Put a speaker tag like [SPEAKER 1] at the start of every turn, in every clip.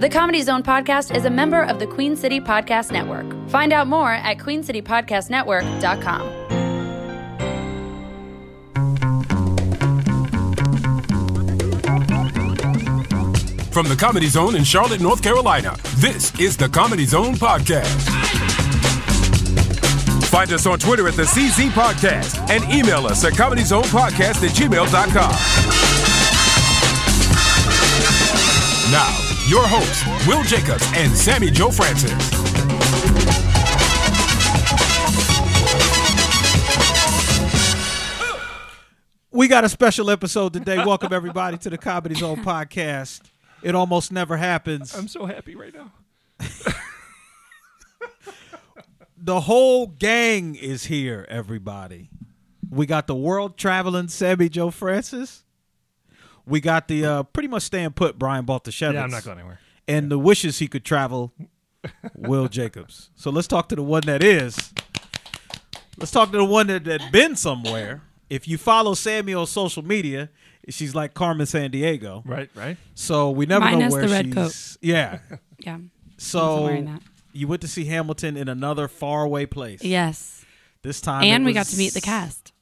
[SPEAKER 1] The Comedy Zone podcast is a member of the Queen City Podcast Network. Find out more at queencitypodcastnetwork.com.
[SPEAKER 2] From the Comedy Zone in Charlotte, North Carolina, this is the Comedy Zone Podcast. Find us on Twitter at the CZ Podcast and email us at comedyzonepodcast at gmail.com. Now, your hosts, Will Jacobs and Sammy Joe Francis.
[SPEAKER 3] We got a special episode today. Welcome everybody to the Comedy Zone podcast. It almost never happens.
[SPEAKER 4] I'm so happy right now.
[SPEAKER 3] The whole gang is here, everybody. We got the world traveling Sammy Joe Francis. We got the uh, pretty much staying put Brian Baltashevitz.
[SPEAKER 4] Yeah, I'm not going anywhere.
[SPEAKER 3] And the wishes he could travel, Will Jacobs. So let's talk to the one that is. Let's talk to the one that that been somewhere. If you follow Sammy on social media, she's like Carmen San Diego.
[SPEAKER 4] Right, right.
[SPEAKER 3] So we never know
[SPEAKER 5] Minus
[SPEAKER 3] where
[SPEAKER 5] the red
[SPEAKER 3] she's.
[SPEAKER 5] coat.
[SPEAKER 3] Yeah.
[SPEAKER 5] Yeah. I'm wearing
[SPEAKER 3] So
[SPEAKER 5] that.
[SPEAKER 3] you went to see Hamilton in another faraway place.
[SPEAKER 5] Yes.
[SPEAKER 3] This time,
[SPEAKER 5] And
[SPEAKER 3] it
[SPEAKER 5] we got
[SPEAKER 3] was-
[SPEAKER 5] to meet the cast.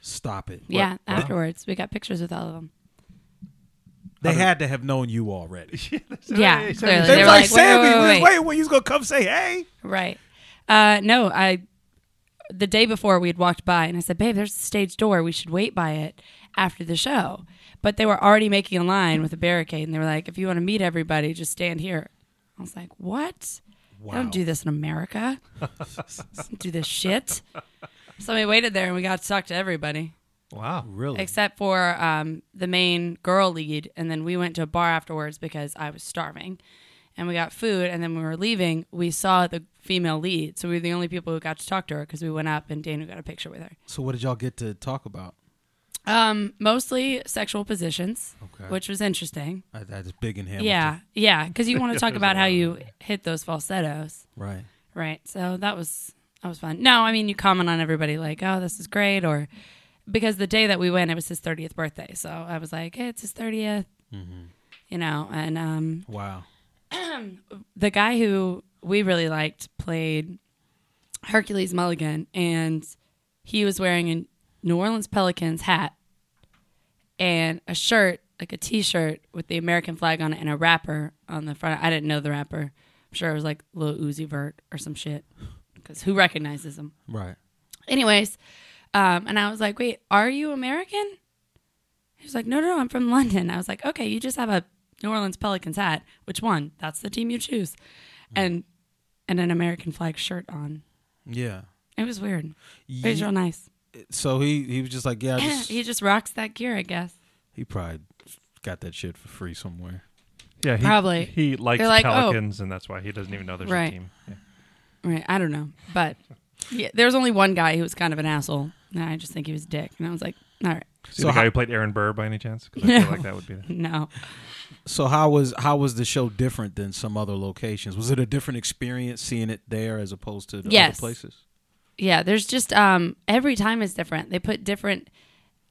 [SPEAKER 3] Stop it.
[SPEAKER 5] Yeah. Afterwards, we got pictures with all of them.
[SPEAKER 3] They had to have known you already.
[SPEAKER 5] Yeah.
[SPEAKER 4] Sammy,
[SPEAKER 3] They
[SPEAKER 5] clearly. They
[SPEAKER 3] were
[SPEAKER 5] were
[SPEAKER 3] like,
[SPEAKER 5] wait,
[SPEAKER 3] Sammy,
[SPEAKER 5] wait, wait, wait.
[SPEAKER 3] when you gonna come say hey?
[SPEAKER 5] Right. Uh, no, I. The day before we had walked by, and I said, "Babe, there's a stage door. We should wait by it after the show." But they were already making a line with a barricade, and they were like, "If you want to meet everybody, just stand here." I was like, "What? I
[SPEAKER 3] Wow.
[SPEAKER 5] don't do this in America. I don't do this shit." So we waited there, and we got to talk to everybody.
[SPEAKER 4] Wow.
[SPEAKER 3] Really?
[SPEAKER 5] except for um, the main girl lead. And then we went to a bar afterwards because I was starving, and we got food. And then when we were leaving, we saw the female lead, so we were the only people who got to talk to her because we went up and Dana got a picture with her.
[SPEAKER 3] So what did y'all get to talk about?
[SPEAKER 5] Um, mostly sexual positions,
[SPEAKER 3] Okay.
[SPEAKER 5] which was interesting.
[SPEAKER 3] I, that's big in Hamilton.
[SPEAKER 5] Yeah, yeah, because you want to talk about how you hit those falsettos,
[SPEAKER 3] Right.
[SPEAKER 5] right? So that was that was fun. No, I mean you comment on everybody like, oh, this is great, or. Because the day that we went, it was his 30th birthday. So I was like, hey, it's his 30th. you know and um,
[SPEAKER 3] Wow.
[SPEAKER 5] the guy who we really liked played hercules mulligan and he was wearing a new orleans pelicans hat and a shirt like a t-shirt with the american flag on it and a rapper on the front i didn't know the rapper i'm sure it was like lil uzi vert or some shit because who recognizes him
[SPEAKER 3] Right.
[SPEAKER 5] anyways um, and i was like wait are you american he was like no no no i'm from london i was like okay you just have a new orleans pelicans hat which one that's the team you choose and and an american flag shirt on
[SPEAKER 3] Yeah.
[SPEAKER 5] it was weird it was
[SPEAKER 3] Ye-
[SPEAKER 5] real nice
[SPEAKER 3] So he he was just like, yeah, I just,
[SPEAKER 5] he just rocks that gear i guess
[SPEAKER 3] he probably got that shit for free somewhere.
[SPEAKER 4] Yeah, he,
[SPEAKER 5] Probably.
[SPEAKER 4] He likes
[SPEAKER 5] They're like, oh.
[SPEAKER 4] Pelicans, and that's why he doesn't even know there's a
[SPEAKER 5] Right.
[SPEAKER 4] team. Yeah.
[SPEAKER 5] right i don't know but yeah, there was only one guy who was kind of an asshole and i just think he was a dick and i was like all right
[SPEAKER 4] See
[SPEAKER 3] So
[SPEAKER 4] the
[SPEAKER 3] how-
[SPEAKER 4] guy who played Aaron Burr by any chance? 'Cause I feel like that would be. The,
[SPEAKER 5] no
[SPEAKER 3] So how was how was the show different than some other locations? Was it a different experience seeing it there as opposed to the
[SPEAKER 5] Yes.
[SPEAKER 3] other places?
[SPEAKER 5] Yeah, there's just um, every time is different. They put different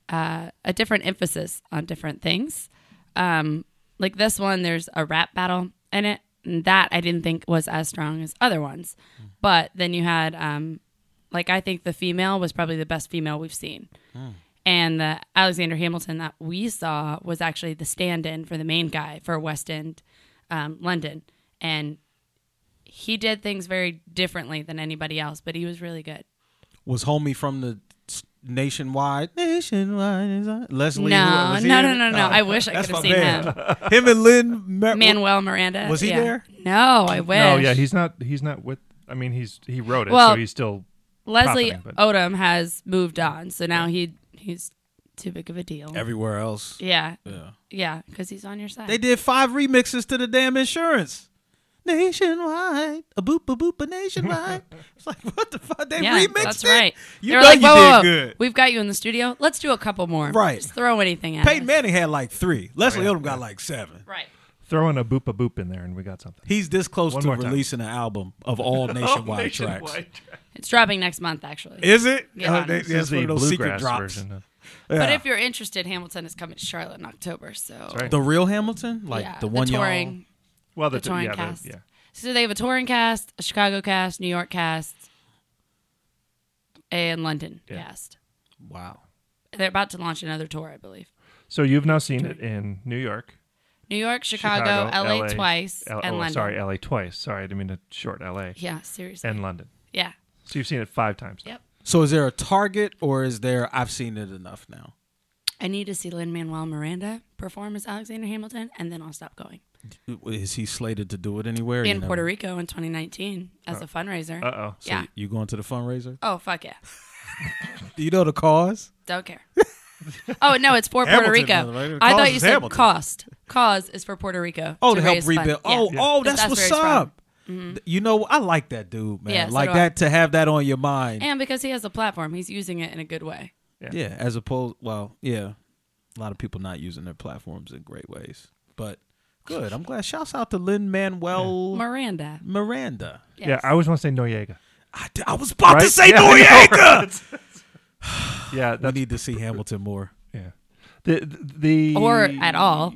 [SPEAKER 5] uh, a different emphasis on different things. Um, like this one, there's a rap battle in it. And that I didn't think was as strong as other ones. But then you had um, like I think the female was probably the best female we've seen. And the Alexander Hamilton that we saw was actually the stand-in for the main guy for West End, um, London, and he did things very differently than anybody else. But he was really good.
[SPEAKER 3] Was homie from the s- nationwide? Nationwide is I- Leslie.
[SPEAKER 5] No,
[SPEAKER 3] was he
[SPEAKER 5] no,
[SPEAKER 3] in
[SPEAKER 5] no,
[SPEAKER 3] it?
[SPEAKER 5] no, no.
[SPEAKER 3] Oh,
[SPEAKER 5] I wish I
[SPEAKER 3] that's
[SPEAKER 5] could have
[SPEAKER 3] my
[SPEAKER 5] seen
[SPEAKER 3] man.
[SPEAKER 5] him.
[SPEAKER 3] Him and Lynn Mer-
[SPEAKER 5] Manuel Miranda.
[SPEAKER 3] Was he
[SPEAKER 5] yeah.
[SPEAKER 3] there?
[SPEAKER 5] No, I wish.
[SPEAKER 4] no, yeah, he's not. He's not with. I mean, he's he wrote it,
[SPEAKER 5] Well,
[SPEAKER 4] so he's still.
[SPEAKER 5] Leslie
[SPEAKER 4] profiting, but-
[SPEAKER 5] Odom has moved on, so now he he's too big of a deal.
[SPEAKER 3] everywhere else.
[SPEAKER 5] yeah, yeah, because he's on your side.
[SPEAKER 3] They did five remixes to the damn insurance. Nationwide, a boop a boop a nationwide. it's like what the fuck? They
[SPEAKER 5] yeah,
[SPEAKER 3] remixed
[SPEAKER 5] that's
[SPEAKER 3] it.
[SPEAKER 5] right.
[SPEAKER 3] You
[SPEAKER 5] They
[SPEAKER 3] know
[SPEAKER 5] were like,
[SPEAKER 3] you
[SPEAKER 5] whoa,
[SPEAKER 3] did
[SPEAKER 5] whoa, whoa.
[SPEAKER 3] good.
[SPEAKER 5] We've got you in the studio. Let's do a couple more.
[SPEAKER 3] Right.
[SPEAKER 5] Just throw anything at
[SPEAKER 3] Peyton
[SPEAKER 5] us.
[SPEAKER 3] Manning had like three. Leslie
[SPEAKER 4] Oh, yeah.
[SPEAKER 3] Odom got like seven.
[SPEAKER 5] Right.
[SPEAKER 4] Throwing a boop a boop in there, and we got something.
[SPEAKER 3] He's this close
[SPEAKER 4] One
[SPEAKER 3] to
[SPEAKER 4] more time.
[SPEAKER 3] releasing an album of all
[SPEAKER 4] Oh,
[SPEAKER 3] nationwide, tracks.
[SPEAKER 5] It's dropping next month, actually.
[SPEAKER 3] Is it? Oh,
[SPEAKER 5] Yeah.
[SPEAKER 3] they-
[SPEAKER 5] This
[SPEAKER 4] This is
[SPEAKER 3] that's one
[SPEAKER 4] the
[SPEAKER 3] of those secret
[SPEAKER 4] bluegrass
[SPEAKER 3] drops.
[SPEAKER 4] version. Of,
[SPEAKER 5] But
[SPEAKER 3] Yeah.
[SPEAKER 5] if you're interested, Hamilton is coming to Charlotte in October. So
[SPEAKER 4] right.
[SPEAKER 3] the real Hamilton, like
[SPEAKER 5] yeah,
[SPEAKER 3] the one
[SPEAKER 5] touring.
[SPEAKER 3] y'all.
[SPEAKER 4] Well, the,
[SPEAKER 5] the
[SPEAKER 4] t-
[SPEAKER 5] touring
[SPEAKER 4] yeah, the-
[SPEAKER 5] cast.
[SPEAKER 4] yeah.
[SPEAKER 5] So they have a touring cast, a Chicago cast, New York cast, and London
[SPEAKER 4] Yeah.
[SPEAKER 5] cast.
[SPEAKER 3] Wow.
[SPEAKER 5] They're about to launch another tour, I believe.
[SPEAKER 4] So you've now seen it in New York,
[SPEAKER 5] New York, Chicago, LA, twice,
[SPEAKER 4] L-
[SPEAKER 5] and
[SPEAKER 4] oh,
[SPEAKER 5] London.
[SPEAKER 4] Sorry, LA twice. Sorry, I didn't mean to short LA
[SPEAKER 5] Yeah, seriously.
[SPEAKER 4] and London.
[SPEAKER 5] yeah.
[SPEAKER 4] So you've seen it five times. now.
[SPEAKER 5] Yep.
[SPEAKER 3] So is there a target or is there I've seen it enough now?
[SPEAKER 5] I need to see Lin Manuel Miranda perform as Alexander Hamilton, and then I'll stop going.
[SPEAKER 3] Is he slated to do it anywhere?
[SPEAKER 5] In Puerto Rico in 2019 as a fundraiser.
[SPEAKER 4] Uh oh.
[SPEAKER 5] yeah.
[SPEAKER 3] You going to the fundraiser?
[SPEAKER 5] Oh fuck yeah.
[SPEAKER 3] Do you know the cause?
[SPEAKER 5] Don't care. oh no, it's for Puerto
[SPEAKER 3] Hamilton,
[SPEAKER 5] Rico.
[SPEAKER 3] brother, right? The
[SPEAKER 5] I
[SPEAKER 3] cause
[SPEAKER 5] thought you
[SPEAKER 3] is
[SPEAKER 5] said
[SPEAKER 3] Hamilton.
[SPEAKER 5] cost. Cause is for Puerto Rico.
[SPEAKER 3] Oh, to, help
[SPEAKER 5] raise fund-
[SPEAKER 3] rebuild.
[SPEAKER 5] yeah.
[SPEAKER 3] Oh, oh,
[SPEAKER 5] That's-
[SPEAKER 3] that's,
[SPEAKER 5] that's
[SPEAKER 3] what's
[SPEAKER 5] where he's from. Mm-hmm.
[SPEAKER 3] up. Th- You know, I like that dude, man.
[SPEAKER 5] Yeah, so
[SPEAKER 3] like
[SPEAKER 5] do I.
[SPEAKER 3] that to have that on your mind.
[SPEAKER 5] And because he has a platform, he's using it in a good way.
[SPEAKER 3] yeah, as opposed, well, yeah, a lot of people not using their platforms in great ways, but good. I'm glad. Shouts out to Lynn Manuel
[SPEAKER 5] Miranda.
[SPEAKER 3] Miranda.
[SPEAKER 5] Yes.
[SPEAKER 4] Yeah, I always want to say Noriega.
[SPEAKER 3] I, d- I was about to
[SPEAKER 4] Right?
[SPEAKER 3] say
[SPEAKER 4] Yeah, I
[SPEAKER 3] Noriega.
[SPEAKER 4] Yeah,
[SPEAKER 3] We
[SPEAKER 4] that's
[SPEAKER 3] need to see Hamilton more
[SPEAKER 4] yeah. The the
[SPEAKER 5] Or at all.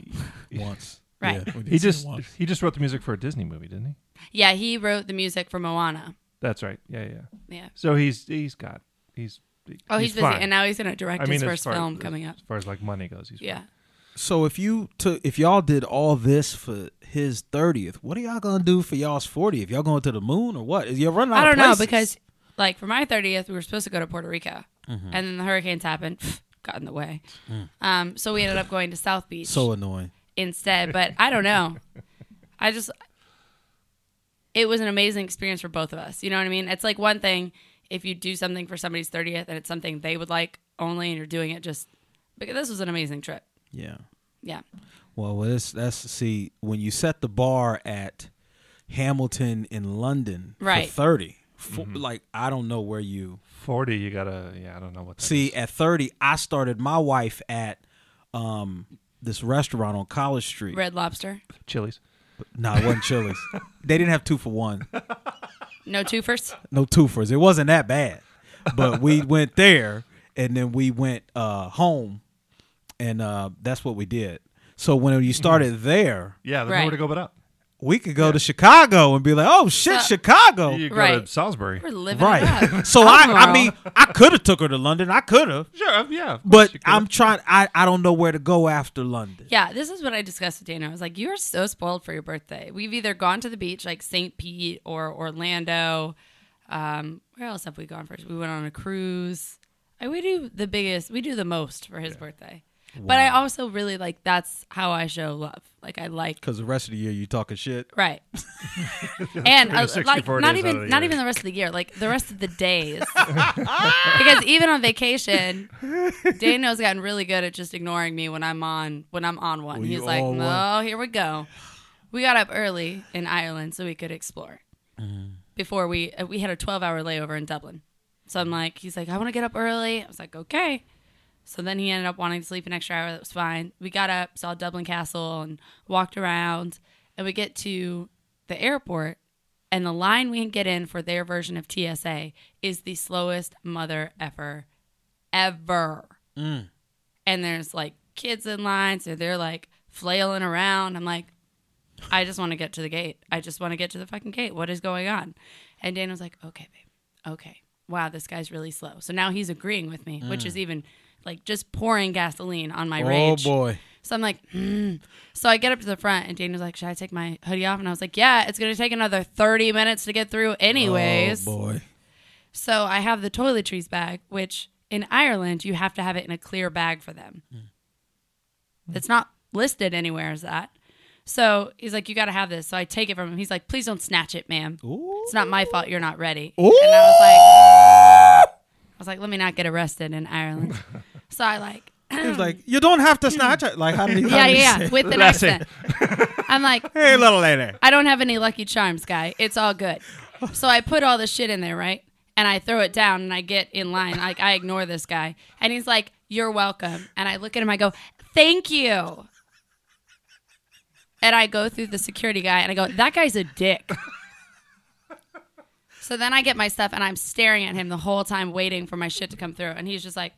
[SPEAKER 3] once.
[SPEAKER 5] Right.
[SPEAKER 3] Yeah, we need to
[SPEAKER 4] He
[SPEAKER 3] see it
[SPEAKER 4] just
[SPEAKER 3] once.
[SPEAKER 4] he just wrote the music for a Disney movie, didn't he?
[SPEAKER 5] Yeah, he wrote the music for Moana.
[SPEAKER 4] That's right. Yeah, yeah.
[SPEAKER 5] Yeah.
[SPEAKER 4] So he's he's got he's
[SPEAKER 5] Oh, he's, busy,
[SPEAKER 4] fine.
[SPEAKER 5] and now he's going to direct
[SPEAKER 4] I mean,
[SPEAKER 5] his
[SPEAKER 4] as
[SPEAKER 5] first
[SPEAKER 4] far-
[SPEAKER 5] film
[SPEAKER 4] as-
[SPEAKER 5] coming up.
[SPEAKER 4] As far as like money goes, he's
[SPEAKER 5] Yeah.
[SPEAKER 3] So if you took, if y'all did all this for his thirtieth, what are y'all gonna do for y'all's fortieth? Y'all going to the moon or what? You're
[SPEAKER 4] Oh,
[SPEAKER 3] running out
[SPEAKER 5] I
[SPEAKER 3] of
[SPEAKER 5] don't know
[SPEAKER 3] places.
[SPEAKER 5] because, like, for my 30th, we were supposed to go to Puerto Rico, and then the hurricanes happened, got in the way. Um, so we ended up going to South Beach
[SPEAKER 3] so annoying.
[SPEAKER 5] instead. But I don't know. I just, it was an amazing experience for both of us. You know what I mean? It's like one thing if you do something for somebody's 30th and it's something they would like only, and you're doing it just because this was an amazing trip.
[SPEAKER 3] Yeah.
[SPEAKER 5] Yeah.
[SPEAKER 3] Well, well, that's that's see when you set the bar at Hamilton in London
[SPEAKER 5] Right.
[SPEAKER 3] for thirty. fo- Like I don't know where you
[SPEAKER 4] forty. You gotta yeah. I don't know what. That
[SPEAKER 3] see
[SPEAKER 4] is.
[SPEAKER 3] at thirty. I started my wife at um this restaurant on College Street.
[SPEAKER 5] Red Lobster.
[SPEAKER 4] Chili's.
[SPEAKER 3] No, it wasn't Chili's. they didn't have two for one.
[SPEAKER 5] No twofers.
[SPEAKER 3] no twofers. It wasn't that bad, but we went there and then we went uh, home, and uh, that's what we did. So when you started there,
[SPEAKER 4] Yeah, there's
[SPEAKER 5] Right.
[SPEAKER 4] nowhere to go but up.
[SPEAKER 3] we could go to Chicago and be like, "Oh shit,
[SPEAKER 5] So-
[SPEAKER 3] Chicago!"
[SPEAKER 4] You go
[SPEAKER 5] Right.
[SPEAKER 4] to Salisbury.
[SPEAKER 5] We're living it
[SPEAKER 3] Right.
[SPEAKER 5] up.
[SPEAKER 3] so I, I
[SPEAKER 5] Admiral.
[SPEAKER 3] mean, I could have took her to London. I could have,
[SPEAKER 4] Sure, yeah. of course
[SPEAKER 3] but
[SPEAKER 4] you could've.
[SPEAKER 3] I'm trying. I I don't know where to go after London.
[SPEAKER 5] Yeah, this is what I discussed with Dana. I was like, you are so spoiled for your birthday. We've either gone to the beach, like St. Pete or Orlando. Um, where else have we gone first? We went on a cruise. I, we do the biggest, we do the most for his birthday. But I also really like that's how I show love. Like I like
[SPEAKER 3] Because the rest of the year you talking shit.
[SPEAKER 5] right, and uh, like
[SPEAKER 4] 364
[SPEAKER 5] not
[SPEAKER 4] days out of
[SPEAKER 5] even
[SPEAKER 4] the
[SPEAKER 5] not
[SPEAKER 4] year.
[SPEAKER 5] even the rest of the year, like the rest of the days. because even on vacation, Dano's gotten really good at just ignoring me when I'm on when I'm on one.
[SPEAKER 3] Well,
[SPEAKER 5] He's
[SPEAKER 3] you
[SPEAKER 5] like,
[SPEAKER 3] all
[SPEAKER 5] "No, here we go." We got up early in Ireland so we could explore. Before we uh, we had a 12 hour layover in Dublin, so I'm like, he's like, "I want to get up early." I was like, "Okay." So then he ended up wanting to sleep an extra hour. That was fine. We got up, saw Dublin Castle, and walked around. And we get to the airport, and the line we can get in for their version of TSA is the slowest mother effer ever.
[SPEAKER 3] Mm.
[SPEAKER 5] And there's like kids in line, so they're like flailing around. I'm like, I just want to get to the gate. I just want to get to the fucking gate. What is going on? And Dan was like, okay, babe. Okay. Wow, this guy's really slow. So now he's agreeing with me, which is even like just pouring gasoline on my rage.
[SPEAKER 3] Mm. Oh boy.
[SPEAKER 5] So I'm like, mm. so I get up to the front and Daniel's like, should I take my hoodie off? And I was like, yeah, it's going to take another 30 minutes to get through anyways.
[SPEAKER 3] Oh boy.
[SPEAKER 5] So I have the toiletries bag, which in Ireland, you have to have it in a clear bag for them. It's not listed anywhere as that. So he's like, you got to have this. So I take it from him. He's like, please don't snatch it, ma'am. It's not my fault you're not ready. And I was like, I was like, let me not get arrested in Ireland. so I like,
[SPEAKER 3] He was like, "You don't have to snatch it." Like, how did he?
[SPEAKER 5] yeah, yeah, yeah, with an
[SPEAKER 4] That's it.
[SPEAKER 5] accent. I'm like,
[SPEAKER 3] Hey, little lady.
[SPEAKER 5] I don't have any Lucky Charms, guy. It's all good. So I put all this shit in there, right? And I throw it down and I get in line. Like I ignore this guy. And he's like, You're welcome. And I look at him, I go, Thank you. And I go through the security guy and I go, That guy's a dick. So then I get my stuff and I'm staring at him the whole time, waiting for my shit to come through. And he's just like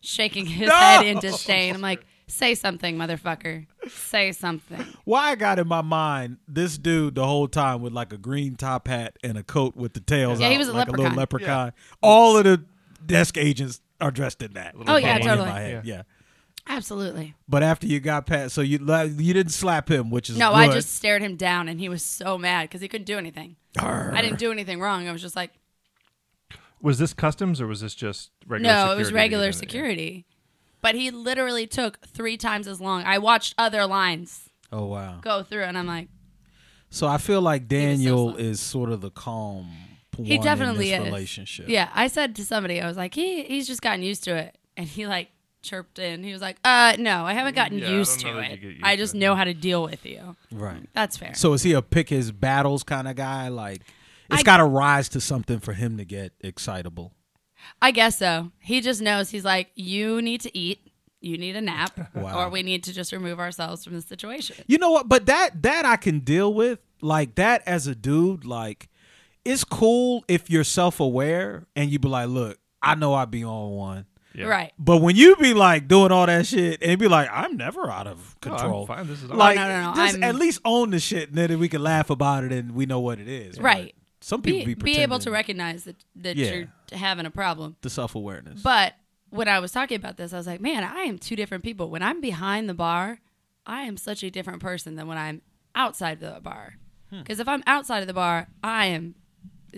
[SPEAKER 5] shaking his head in disdain. I'm like, Say something, motherfucker. say something.
[SPEAKER 3] Why I got in my mind this dude the whole time with like a green top hat and a coat with the tails
[SPEAKER 5] Yeah,
[SPEAKER 3] out,
[SPEAKER 5] he was a
[SPEAKER 3] like little
[SPEAKER 4] leprechaun.
[SPEAKER 3] leprechaun. All of the desk agents are dressed in that.
[SPEAKER 5] Oh, yeah,
[SPEAKER 3] In my
[SPEAKER 5] totally.
[SPEAKER 3] head, Yeah.
[SPEAKER 5] Absolutely.
[SPEAKER 3] But after you got past, so you la- you didn't slap him, which is
[SPEAKER 5] No, I
[SPEAKER 3] good.
[SPEAKER 5] just stared him down, and he was so mad because he couldn't do anything. I didn't do anything wrong. I was just like,
[SPEAKER 4] Was this customs or was this just regular?
[SPEAKER 5] no, it was
[SPEAKER 4] security that you
[SPEAKER 5] regular
[SPEAKER 4] did it?
[SPEAKER 5] security. But he literally took three times as long. I watched other lines
[SPEAKER 3] Oh wow.
[SPEAKER 5] go through, and I'm like,
[SPEAKER 3] So I feel like
[SPEAKER 5] was so
[SPEAKER 3] Daniel
[SPEAKER 5] slow.
[SPEAKER 3] is sort of the calm. One
[SPEAKER 5] he definitely
[SPEAKER 3] in
[SPEAKER 5] is.
[SPEAKER 3] this relationship.
[SPEAKER 5] Yeah, I said to somebody, I was like, he he's just gotten used to it, and he like chirped in. He was like, uh, no, I haven't gotten
[SPEAKER 4] Yeah, I
[SPEAKER 5] used
[SPEAKER 4] don't
[SPEAKER 5] to
[SPEAKER 4] know that you
[SPEAKER 5] it.
[SPEAKER 4] get used
[SPEAKER 5] I
[SPEAKER 4] to
[SPEAKER 5] just
[SPEAKER 4] it."
[SPEAKER 5] know how to deal with you.
[SPEAKER 3] Right.
[SPEAKER 5] That's fair.
[SPEAKER 3] So is he a pick his battles kind of guy? Like it's
[SPEAKER 5] I-
[SPEAKER 3] got to rise to something for him to get excitable.
[SPEAKER 5] I guess so. He just knows he's like, you need to eat, you need a nap,
[SPEAKER 3] Wow.
[SPEAKER 5] or we need to just remove ourselves from the situation.
[SPEAKER 3] You know what? But that that I can deal with. Like that as a dude, like it's cool if you're self aware and you be like, look, I know I be on one.
[SPEAKER 4] Yeah.
[SPEAKER 5] Right.
[SPEAKER 3] But when you be like doing all that shit and be like, I'm never out of
[SPEAKER 4] No, I'm
[SPEAKER 3] control.
[SPEAKER 4] fine. This is all
[SPEAKER 3] like,
[SPEAKER 5] No, no, no,
[SPEAKER 3] just
[SPEAKER 5] I'm-
[SPEAKER 3] at least own the shit, and then we can laugh about it, and we know what it is.
[SPEAKER 5] Right.
[SPEAKER 3] But some people
[SPEAKER 5] Be,
[SPEAKER 3] be,
[SPEAKER 5] be able to
[SPEAKER 3] pretending
[SPEAKER 5] recognize that, that
[SPEAKER 3] Yeah.
[SPEAKER 5] you're having a problem.
[SPEAKER 3] the self awareness.
[SPEAKER 5] But when I was talking about this, I was like, man, I am two different people. When I'm behind the bar, I am such a different person than when I'm outside the bar. Because if I'm outside of the bar, I am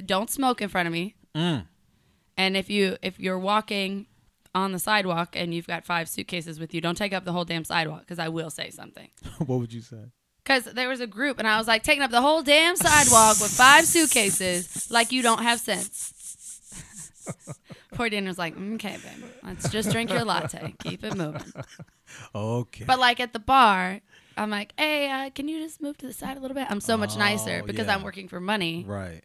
[SPEAKER 5] don't smoke in front of me. And if you if you're walking on the sidewalk and you've got five suitcases with you, don't take up the whole damn sidewalk because I will say something.
[SPEAKER 3] what would you say?
[SPEAKER 5] Because there was a group, and I was like, taking up the whole damn sidewalk with five suitcases, like you don't have sense. Poor Daniel's like, "Mm, okay, babe, let's just drink your latte. Keep it moving.
[SPEAKER 3] Okay.
[SPEAKER 5] But like at the bar, I'm like, hey, uh, can you just move to the side a little bit? I'm so much nicer because
[SPEAKER 3] Oh, yeah.
[SPEAKER 5] I'm working for money.
[SPEAKER 3] right.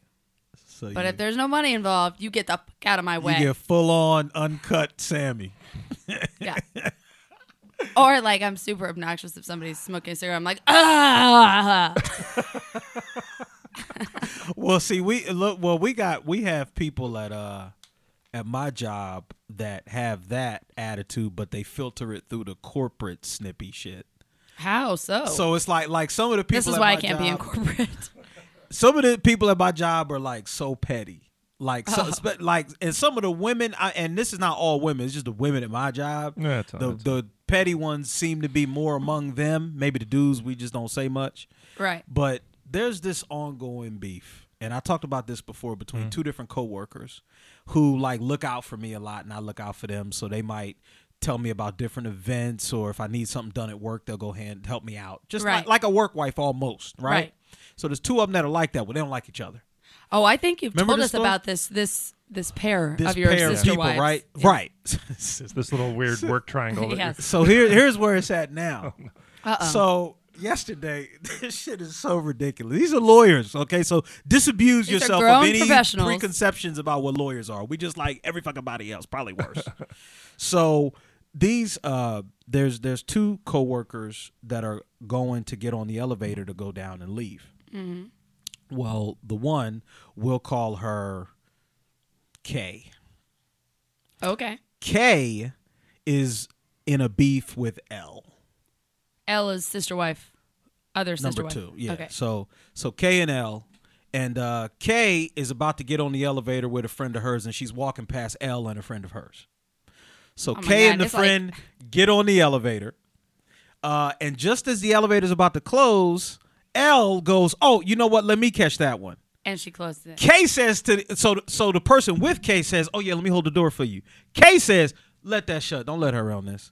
[SPEAKER 3] So
[SPEAKER 5] But
[SPEAKER 3] you,
[SPEAKER 5] if there's no money involved, you get the fuck out of my
[SPEAKER 3] you
[SPEAKER 5] way.
[SPEAKER 3] get full on uncut Sammy.
[SPEAKER 5] Yeah. or like I'm super obnoxious if somebody's smoking a cigarette. I'm like, ah.
[SPEAKER 3] Well, see, we look. Well, we got we have people at uh at my job that have that attitude, but they filter it through the corporate snippy shit.
[SPEAKER 5] How so?
[SPEAKER 3] So it's like like some of the people.
[SPEAKER 5] Oh. this is
[SPEAKER 3] at my
[SPEAKER 5] why I can't be in
[SPEAKER 3] job-
[SPEAKER 5] corporate.
[SPEAKER 3] some of the people at my job are like so petty. Like,
[SPEAKER 5] Oh.
[SPEAKER 3] so, spe- like, and some of the women, I, and this is not all women. It's just the women at my job.
[SPEAKER 4] Yeah, it's all-
[SPEAKER 3] the
[SPEAKER 4] it's
[SPEAKER 3] the petty ones seem to be more among them. Maybe the dudes we just don't say much.
[SPEAKER 5] right.
[SPEAKER 3] But there's this ongoing beef, and I talked about this before between two different coworkers who like look out for me a lot, and I look out for them. So they might tell me about different events, or if I need something done at work, they'll go hand help me out. Just
[SPEAKER 5] Right.
[SPEAKER 3] like, like a work wife almost, right?
[SPEAKER 5] Right.
[SPEAKER 3] So there's two of them that are like that, but they don't like each other.
[SPEAKER 5] Oh, I think you've
[SPEAKER 3] Remember
[SPEAKER 5] told
[SPEAKER 3] this
[SPEAKER 5] us
[SPEAKER 3] story?
[SPEAKER 5] about this this this pair
[SPEAKER 3] This
[SPEAKER 5] of your
[SPEAKER 3] pair of
[SPEAKER 5] sister
[SPEAKER 3] people,
[SPEAKER 5] wives.
[SPEAKER 3] right?
[SPEAKER 5] Yeah.
[SPEAKER 3] Right.
[SPEAKER 4] This little weird work triangle. that
[SPEAKER 5] Yes.
[SPEAKER 3] so here, here's where it's at now.
[SPEAKER 5] Uh-oh.
[SPEAKER 3] So yesterday, this shit is so ridiculous. These are lawyers, okay? So disabuse
[SPEAKER 5] These are
[SPEAKER 3] yourself of
[SPEAKER 5] grown
[SPEAKER 3] any
[SPEAKER 5] professionals.
[SPEAKER 3] preconceptions about what lawyers are. We just like every fucking body else, probably worse. so these uh there's there's two coworkers that are going to get on the elevator to go down and leave.
[SPEAKER 5] Mm-hmm.
[SPEAKER 3] Well, the one we'll call her K.
[SPEAKER 5] okay.
[SPEAKER 3] K is in a beef with L.
[SPEAKER 5] Ella's sister wife, other sister
[SPEAKER 3] number two.
[SPEAKER 5] wife.
[SPEAKER 3] Yeah.
[SPEAKER 5] Okay.
[SPEAKER 3] So so K and L, and uh, K is about to get on the elevator with a friend of hers, and she's walking past L and a friend of hers. So
[SPEAKER 5] Oh my
[SPEAKER 3] K
[SPEAKER 5] God,
[SPEAKER 3] and the
[SPEAKER 5] it's like-
[SPEAKER 3] friend get on the elevator, uh, and just as the elevator's about to close, L goes, "Oh, you know what? Let me catch that one."
[SPEAKER 5] and she closed it.
[SPEAKER 3] K says to so so the person with K says, "Oh yeah, let me hold the door for you." K says, "Let that shut. Don't let her on this."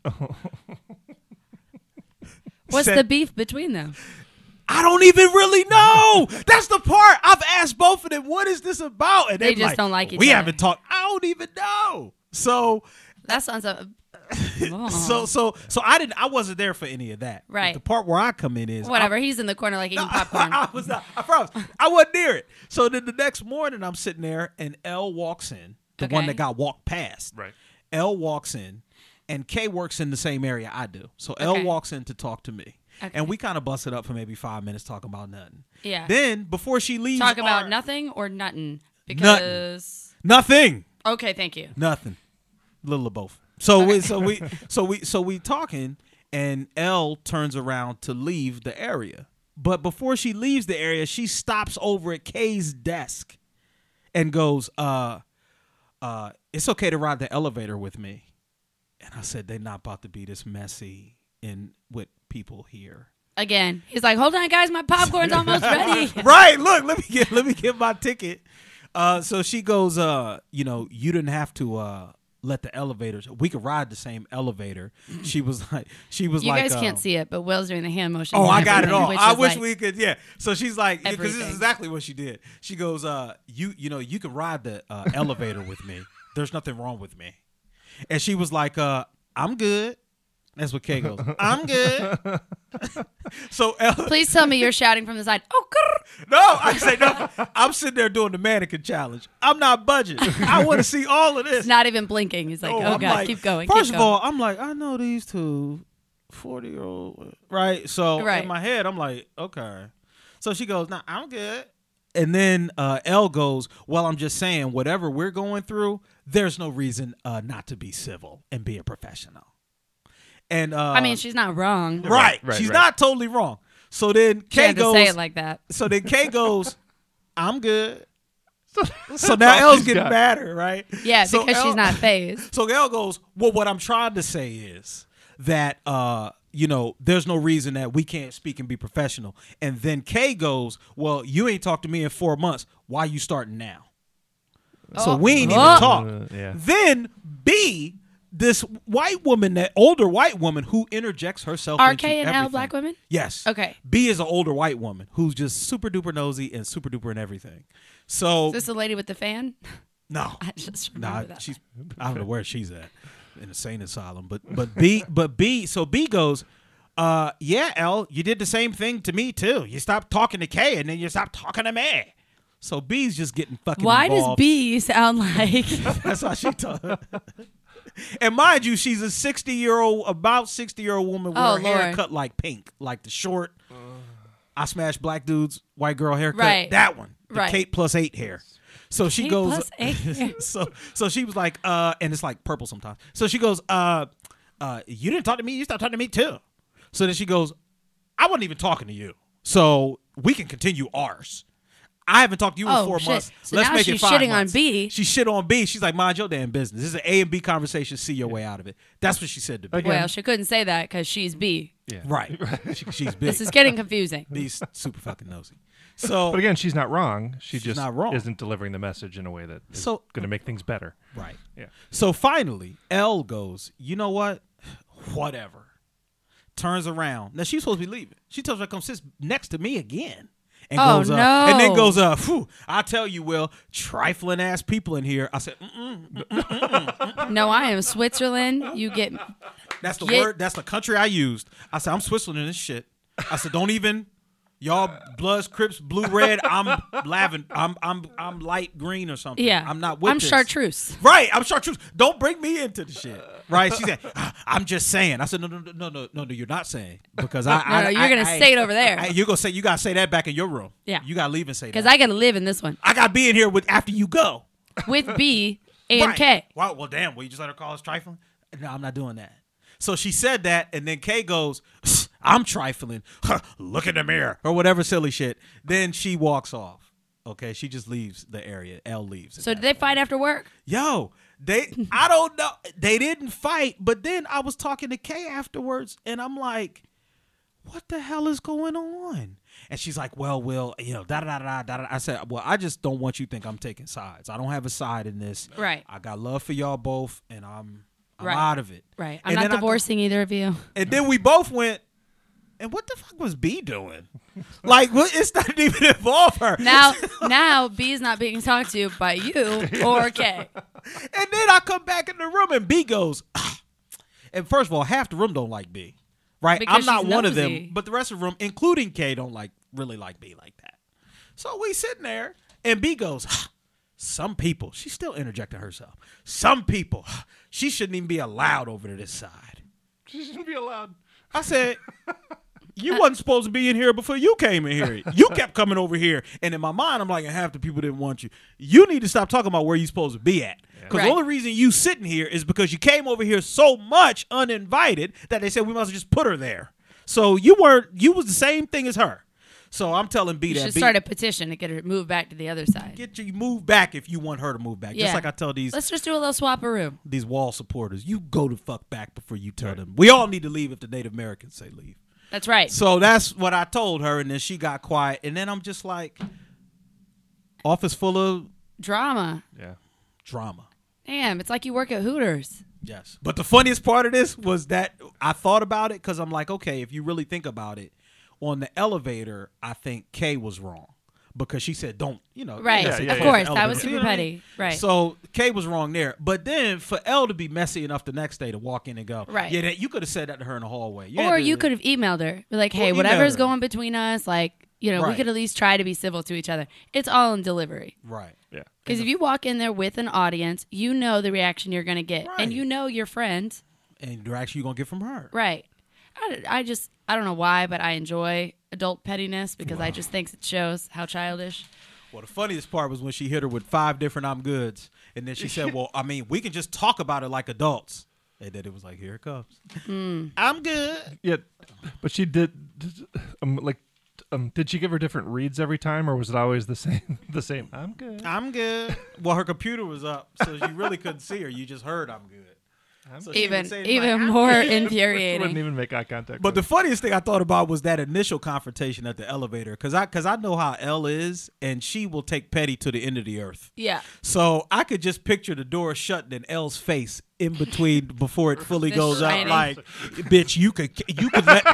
[SPEAKER 5] What's
[SPEAKER 3] said-
[SPEAKER 5] the beef between them?
[SPEAKER 3] I don't even really know. That's the part I've asked both of them. What is this about? And
[SPEAKER 5] They
[SPEAKER 3] they're
[SPEAKER 5] just don't like each
[SPEAKER 3] We
[SPEAKER 5] other."
[SPEAKER 3] haven't talked. I don't even know. So
[SPEAKER 5] That sounds uh, a. Oh.
[SPEAKER 3] so so so I didn't. I wasn't there for any of that.
[SPEAKER 5] Right.
[SPEAKER 3] The part where I come in is I-
[SPEAKER 5] whatever. He's in the corner like eating popcorn.
[SPEAKER 3] I was not. I promise. I wasn't near it. So then the next morning, I'm sitting there, and L walks in, the one
[SPEAKER 5] Okay.
[SPEAKER 3] that got walked past.
[SPEAKER 4] Right.
[SPEAKER 3] L walks in, and K works in the same area I do. So L
[SPEAKER 5] Okay.
[SPEAKER 3] walks in to talk to me.
[SPEAKER 5] Okay.
[SPEAKER 3] And we kind of busted up for maybe five minutes talking about nothing.
[SPEAKER 5] Yeah.
[SPEAKER 3] Then before she leaves, uh,
[SPEAKER 5] Talk about
[SPEAKER 3] our-
[SPEAKER 5] nothing or nothing because.
[SPEAKER 3] Nothing.
[SPEAKER 5] Okay, thank you.
[SPEAKER 3] Nothing. Little of both. So we so we so we so we talking, and L turns around to leave the area. But before she leaves the area, she stops over at Kay's desk and goes, uh, uh, it's okay to ride the elevator with me. And I said, they're not about to be this messy in with people here.
[SPEAKER 5] Again, he's like, "Hold on, guys, my popcorn's almost ready."
[SPEAKER 3] right. Look, let me get let me get my ticket. Uh, so she goes, uh, you know, you didn't have to uh, let the elevators. We could ride the same elevator. She was like, she was
[SPEAKER 5] You
[SPEAKER 3] like,
[SPEAKER 5] guys can't
[SPEAKER 3] um,
[SPEAKER 5] see it, but Will's doing the hand motion.
[SPEAKER 3] Oh, I got it all. I wish
[SPEAKER 5] we.
[SPEAKER 3] we could. Yeah. So she's like, because this is
[SPEAKER 5] Everything.
[SPEAKER 3] exactly what she did. She goes, uh, you you know, you can ride the uh, elevator with me. There's nothing wrong with me. And she was like, uh, I'm good. That's what Kay goes. I'm good. so Ella,
[SPEAKER 5] Please tell me you're shouting from the side. Oh, grr.
[SPEAKER 3] No, I say no. I'm sitting there doing the mannequin challenge. I'm not budging. I want to see all of this.
[SPEAKER 5] He's not even blinking. He's like,
[SPEAKER 3] No,
[SPEAKER 5] "Oh
[SPEAKER 3] I'm
[SPEAKER 5] god,
[SPEAKER 3] like-
[SPEAKER 5] keep going." keep
[SPEAKER 3] First of
[SPEAKER 5] going."
[SPEAKER 3] all, I'm like, I know these two 40 year old, right? So
[SPEAKER 5] Right.
[SPEAKER 3] in my head, I'm like, okay. So she goes, nah, I'm good. And then uh, L goes, well, I'm just saying, whatever we're going through, there's no reason uh, not to be civil and be a professional. And uh,
[SPEAKER 5] I mean, she's not wrong.
[SPEAKER 3] right,
[SPEAKER 4] Right,
[SPEAKER 3] she's
[SPEAKER 4] right.
[SPEAKER 3] not totally wrong. So then
[SPEAKER 5] She
[SPEAKER 3] Kay
[SPEAKER 5] had to
[SPEAKER 3] goes,
[SPEAKER 5] say it like that.
[SPEAKER 3] so then Kay goes, I'm good. So now Elle's getting
[SPEAKER 4] got.
[SPEAKER 3] madder, right?
[SPEAKER 5] Yeah,
[SPEAKER 3] So
[SPEAKER 5] because
[SPEAKER 3] Elle-
[SPEAKER 5] she's not phased.
[SPEAKER 3] So Elle goes, Well, what I'm trying to say is that uh, you know, there's no reason that we can't speak and be professional. And then Kay goes, Well, you ain't talked to me in four months. Why you starting now? So we ain't even
[SPEAKER 5] Oh.
[SPEAKER 4] Uh,
[SPEAKER 3] talk.
[SPEAKER 4] yeah.
[SPEAKER 3] Then B, this white woman, that older white woman who interjects herself.
[SPEAKER 5] Are
[SPEAKER 3] into
[SPEAKER 5] Kay and Elle
[SPEAKER 3] everything.
[SPEAKER 5] black women?
[SPEAKER 3] Yes.
[SPEAKER 5] Okay.
[SPEAKER 3] B is an older white woman who's just super duper nosy and super duper in everything. So
[SPEAKER 5] Is this the lady with the fan?
[SPEAKER 3] no,
[SPEAKER 5] I just
[SPEAKER 3] no,
[SPEAKER 5] remember that.
[SPEAKER 3] she's I don't know where she's at in the sane asylum, but but B but B so B goes, uh yeah, L, you did the same thing to me too. You stopped talking to K and then you stopped talking to me. So B's just getting fucking.
[SPEAKER 5] Why does
[SPEAKER 3] involved.
[SPEAKER 5] B sound like?
[SPEAKER 3] That's how she talk. and mind you, she's a sixty year old, about sixty year old woman with
[SPEAKER 5] Oh,
[SPEAKER 3] her hair
[SPEAKER 5] Lord.
[SPEAKER 3] cut like pink, like the short. I smash black dudes, white girl haircut.
[SPEAKER 5] Right.
[SPEAKER 3] That one, the
[SPEAKER 5] Right.
[SPEAKER 3] Kate plus eight hair. So she
[SPEAKER 5] Kate
[SPEAKER 3] goes.
[SPEAKER 5] plus eight hair.
[SPEAKER 3] so so she was like, uh, and it's like purple sometimes. So she goes, uh, uh, you didn't talk to me. You stopped talking to me too. So then she goes, I wasn't even talking to you. So we can continue ours. I haven't talked to you in
[SPEAKER 5] Oh,
[SPEAKER 3] four
[SPEAKER 5] shit.
[SPEAKER 3] months.
[SPEAKER 5] So
[SPEAKER 3] Let's
[SPEAKER 5] now
[SPEAKER 3] make it
[SPEAKER 5] she's
[SPEAKER 3] five
[SPEAKER 5] shitting on
[SPEAKER 3] months.
[SPEAKER 5] B.
[SPEAKER 3] She shit on B. She's like, mind your damn business. This is an A and B conversation. See your way out of it. That's what she said to B.
[SPEAKER 4] Again.
[SPEAKER 5] well, she couldn't say that because she's B.
[SPEAKER 4] Yeah.
[SPEAKER 3] Right. She, she's big.
[SPEAKER 5] This is getting confusing.
[SPEAKER 3] B's super fucking nosy. So
[SPEAKER 4] But again, she's not wrong. She just
[SPEAKER 3] not wrong.
[SPEAKER 4] isn't delivering the message in a way that is
[SPEAKER 3] So-
[SPEAKER 4] going to make things better.
[SPEAKER 3] right.
[SPEAKER 4] Yeah.
[SPEAKER 3] So finally, L goes. You know what? Whatever. Turns around. Now she's supposed to be leaving. She tells her to come sit next to me again. And
[SPEAKER 5] Oh,
[SPEAKER 3] goes, uh, and then
[SPEAKER 5] no.
[SPEAKER 3] goes, uh, Phew, I tell you, Will, trifling ass people in here. I said, Mm-mm,
[SPEAKER 5] No, I am Switzerland. You get
[SPEAKER 3] That's the
[SPEAKER 5] Get-
[SPEAKER 3] word. That's the country I used. I said, I'm Switzerland in this shit. I said, don't even. Y'all bloods, crips, blue, red. I'm lavender. I'm I'm I'm light green or something.
[SPEAKER 5] yeah.
[SPEAKER 3] I'm not with.
[SPEAKER 5] I'm
[SPEAKER 3] this.
[SPEAKER 5] chartreuse.
[SPEAKER 3] Right. I'm chartreuse. Don't bring me into the shit. Right. She said, "Ah, I'm just saying. I said, no, no, no, no, no, no, no. You're not saying because I.
[SPEAKER 5] No,
[SPEAKER 3] I,
[SPEAKER 5] no, you're
[SPEAKER 3] I-
[SPEAKER 5] gonna
[SPEAKER 3] I-
[SPEAKER 5] say it over there.
[SPEAKER 3] I- you're gonna say you gotta say that back in your room.
[SPEAKER 5] Yeah.
[SPEAKER 3] You gotta leave and say that.
[SPEAKER 5] Because I got to live in this one
[SPEAKER 3] I gotta be in here with after you go.
[SPEAKER 5] with B and
[SPEAKER 3] Right.
[SPEAKER 5] K.
[SPEAKER 3] Wow. Well, damn. Will you just let her call us trifling? No, I'm not doing that. So she said that, and then Kay goes, "Psst, "I'm trifling. Look in the mirror," or whatever silly shit. Then she walks off. Okay, she just leaves the area. L leaves. at
[SPEAKER 5] So
[SPEAKER 3] that
[SPEAKER 5] did they fight after work?
[SPEAKER 3] Yo, they I don't know. They didn't fight, but then I was talking to Kay afterwards and I'm like, what the hell is going on? And she's like, well, Will, you know, da da da da da. da." I said, well, I just don't want you to think I'm taking sides. I don't have a side in this.
[SPEAKER 5] Right.
[SPEAKER 3] I got love for y'all both, and I'm I'm
[SPEAKER 5] Right.
[SPEAKER 3] out of it.
[SPEAKER 5] Right. I'm
[SPEAKER 3] And
[SPEAKER 5] not
[SPEAKER 3] then I go-
[SPEAKER 5] divorcing either of you.
[SPEAKER 3] and then we both went. And what the fuck was B doing? like, what? It's not even involve her.
[SPEAKER 5] Now, now B is not being talked to by you or K.
[SPEAKER 3] And then I come back in the room and B goes, "Ah." and first of all, half the room don't like B, right? I'm
[SPEAKER 5] Because
[SPEAKER 3] not
[SPEAKER 5] she's
[SPEAKER 3] one of
[SPEAKER 5] nosy.
[SPEAKER 3] them, but the rest of the room, including K, don't like really like B like that. So we sitting there, and B goes, "Ah, some people. She's still interjecting herself. Some people. ah, She shouldn't even be allowed over to this side.
[SPEAKER 4] She shouldn't be allowed.
[SPEAKER 3] I said, You wasn't supposed to be in here before you came in here. You kept coming over here, and in my mind, I'm like, half the people didn't want you. You need to stop talking about where you're supposed to be at. Because
[SPEAKER 5] Right.
[SPEAKER 3] the only reason you sitting here is because you came over here so much uninvited that they said we must just put her there. So you weren't. You was the same thing as her. So I'm telling B
[SPEAKER 5] You
[SPEAKER 3] that
[SPEAKER 5] should
[SPEAKER 3] B,
[SPEAKER 5] start a petition to get her moved back to the other side.
[SPEAKER 3] get you move back if you want her to move back. Just like I tell these
[SPEAKER 5] Let's just do a little swapperoo.
[SPEAKER 3] these wall supporters, you go the fuck back before you tell them. We all need to leave if the Native Americans say leave.
[SPEAKER 5] That's right.
[SPEAKER 3] So that's what I told her, and then she got quiet. And then I'm just like, office full of
[SPEAKER 5] Drama.
[SPEAKER 4] Yeah.
[SPEAKER 3] drama.
[SPEAKER 5] Damn, it's like you work at Hooters.
[SPEAKER 3] Yes. But the funniest part of this was that I thought about it because I'm like, okay, if you really think about it, on the elevator, I think Kay was wrong because she said, don't, you know.
[SPEAKER 5] Right.
[SPEAKER 3] yeah,
[SPEAKER 4] yeah,
[SPEAKER 5] of
[SPEAKER 4] yeah.
[SPEAKER 5] course.
[SPEAKER 3] elevator.
[SPEAKER 5] That was
[SPEAKER 3] You know
[SPEAKER 5] super
[SPEAKER 3] what I mean?
[SPEAKER 5] petty. Right.
[SPEAKER 3] So Kay was wrong there. But then for L to be messy enough the next day to walk in and go,
[SPEAKER 5] Right.
[SPEAKER 3] Yeah, that, you could have said that to her in the hallway. You
[SPEAKER 5] or
[SPEAKER 3] had to-
[SPEAKER 5] you could have emailed her. Be like, hey,
[SPEAKER 3] email
[SPEAKER 5] whatever's
[SPEAKER 3] her.
[SPEAKER 5] going between us, like, you know, we
[SPEAKER 3] Right.
[SPEAKER 5] could at least try to be civil to each other. It's all in delivery.
[SPEAKER 3] Right.
[SPEAKER 4] Yeah.
[SPEAKER 5] Because if you walk in there with an audience, you know the reaction you're going to get.
[SPEAKER 3] Right.
[SPEAKER 5] And you know your friend.
[SPEAKER 3] And the reaction you're going to get from her.
[SPEAKER 5] Right. I, I just, I don't know why, but I enjoy adult pettiness because I just think it shows how childish.
[SPEAKER 3] Well, the funniest part was when she hit her with five different "I'm goods," and then she said, "Well, I mean, we can just talk about it like adults." And then it was like, "Here it comes." I'm good.
[SPEAKER 4] Yeah. But she did. Um, like, um, did she give her different reads every time, or was it always the same? The same. I'm good.
[SPEAKER 3] I'm good. well, her computer was up, so you really couldn't see her. You just heard, "I'm good." So she would
[SPEAKER 5] Even,
[SPEAKER 3] say it like,
[SPEAKER 5] even
[SPEAKER 3] "I'm
[SPEAKER 5] more
[SPEAKER 4] She wouldn't
[SPEAKER 5] infuriating.
[SPEAKER 4] even make eye contact.
[SPEAKER 3] But the
[SPEAKER 4] with
[SPEAKER 3] funniest thing I thought about was that initial confrontation at the elevator, because I because I know how Elle is, and she will take petty to the end of the earth.
[SPEAKER 5] Yeah.
[SPEAKER 3] So I could just picture the door shutting and Elle's face in between before it fully
[SPEAKER 5] This
[SPEAKER 3] goes up.
[SPEAKER 5] shining.
[SPEAKER 3] Like, bitch, you could you could let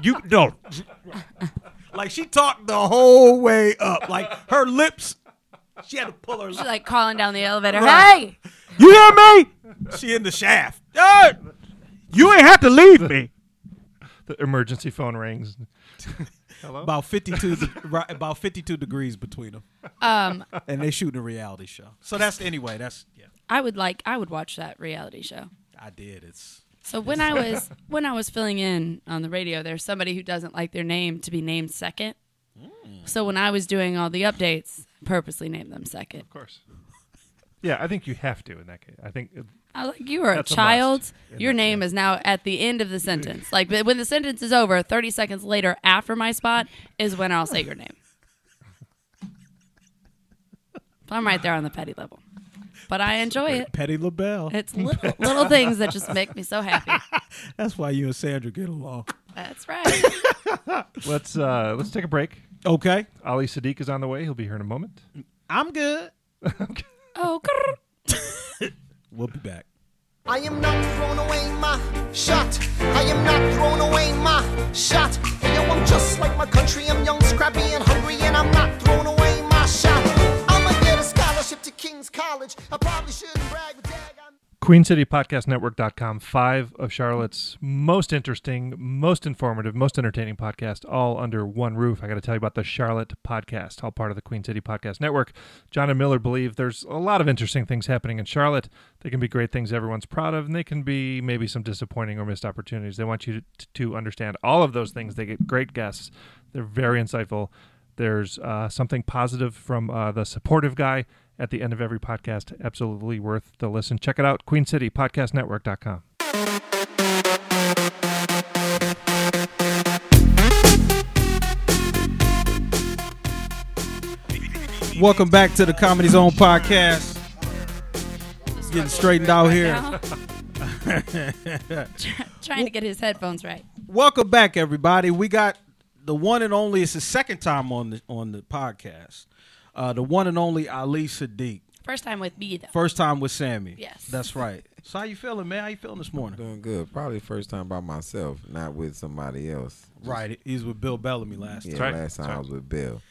[SPEAKER 3] you no. Like she talked the whole way up. Like her lips, she had to pull her.
[SPEAKER 5] She's
[SPEAKER 3] Lip.
[SPEAKER 5] like calling down the elevator.
[SPEAKER 3] Right.
[SPEAKER 5] Hey!
[SPEAKER 3] You hear me? She in the shaft. Hey, you ain't have to leave me.
[SPEAKER 4] the emergency phone rings. Hello.
[SPEAKER 3] About fifty two, right, about fifty two degrees between them,
[SPEAKER 5] Um,
[SPEAKER 3] and they shooting a reality show. So that's anyway. That's yeah.
[SPEAKER 5] I would like, I would watch that reality show.
[SPEAKER 3] I did. It's
[SPEAKER 5] So when I was when I was filling in on the radio, there's somebody who doesn't like their name to be named second.
[SPEAKER 4] Mm.
[SPEAKER 5] So when I was doing all the updates, purposely named them second.
[SPEAKER 4] Of course. Yeah, I think you have to in that case. I think uh, it-
[SPEAKER 5] I was like you are a
[SPEAKER 4] That's a
[SPEAKER 5] child.
[SPEAKER 4] must. Yeah,
[SPEAKER 5] Your name is now at the end of the sentence. Like but when the sentence is over, 30 seconds later after my spot is when I'll say your name. So I'm right there on the petty level. But I enjoy it.
[SPEAKER 3] Petty LaBelle.
[SPEAKER 5] It's little, little things that just make me so happy.
[SPEAKER 3] That's why you and Sandra get along.
[SPEAKER 5] That's right.
[SPEAKER 4] let's uh, let's take a break.
[SPEAKER 3] Okay.
[SPEAKER 4] Ali Sadiq is on the way. He'll be here in a moment.
[SPEAKER 3] I'm good.
[SPEAKER 5] Oh, grrr.
[SPEAKER 3] We'll be back.
[SPEAKER 6] I am not throwing away my shot. I am not throwing away my shot. And yo, I'm just like my country. I'm young, scrappy, and hungry, and I'm not throwing away my shot. I'ma get a scholarship to King's College. I probably shouldn't brag, but dag, I'm.
[SPEAKER 4] QueenCityPodcastNetwork.com, five of Charlotte's most interesting, most informative, most entertaining podcast, all under one roof. I got to tell you about the Charlotte Podcast, all part of the Queen City Podcast Network. John and Miller believe there's a lot of interesting things happening in Charlotte. They can be great things everyone's proud of, and they can be maybe some disappointing or missed opportunities. They want you to, to understand all of those things. They get great guests, they're very insightful. There's uh, something positive from uh, the supportive guy at the end of every podcast. Absolutely worth the listen. Check it out, queencitypodcastnetwork.com.
[SPEAKER 3] Welcome back to the Comedy Zone podcast. Getting straightened out here.
[SPEAKER 5] now. Try- trying to get his headphones right.
[SPEAKER 3] Welcome back, everybody. We got the one and only. It's the second time on the on the podcast. Uh, the one and only Ali Sadiq.
[SPEAKER 5] First time with me though.
[SPEAKER 3] First time with Sammy.
[SPEAKER 5] Yes.
[SPEAKER 3] that's right. So how you feeling, man? How you feeling this morning?
[SPEAKER 7] Doing good. Probably first time by myself, not with somebody else.
[SPEAKER 3] Right. He was with Bill Bellamy last
[SPEAKER 7] Yeah,
[SPEAKER 3] time.
[SPEAKER 4] right.
[SPEAKER 7] last time
[SPEAKER 4] That's
[SPEAKER 7] I
[SPEAKER 4] right.
[SPEAKER 7] was with Bill.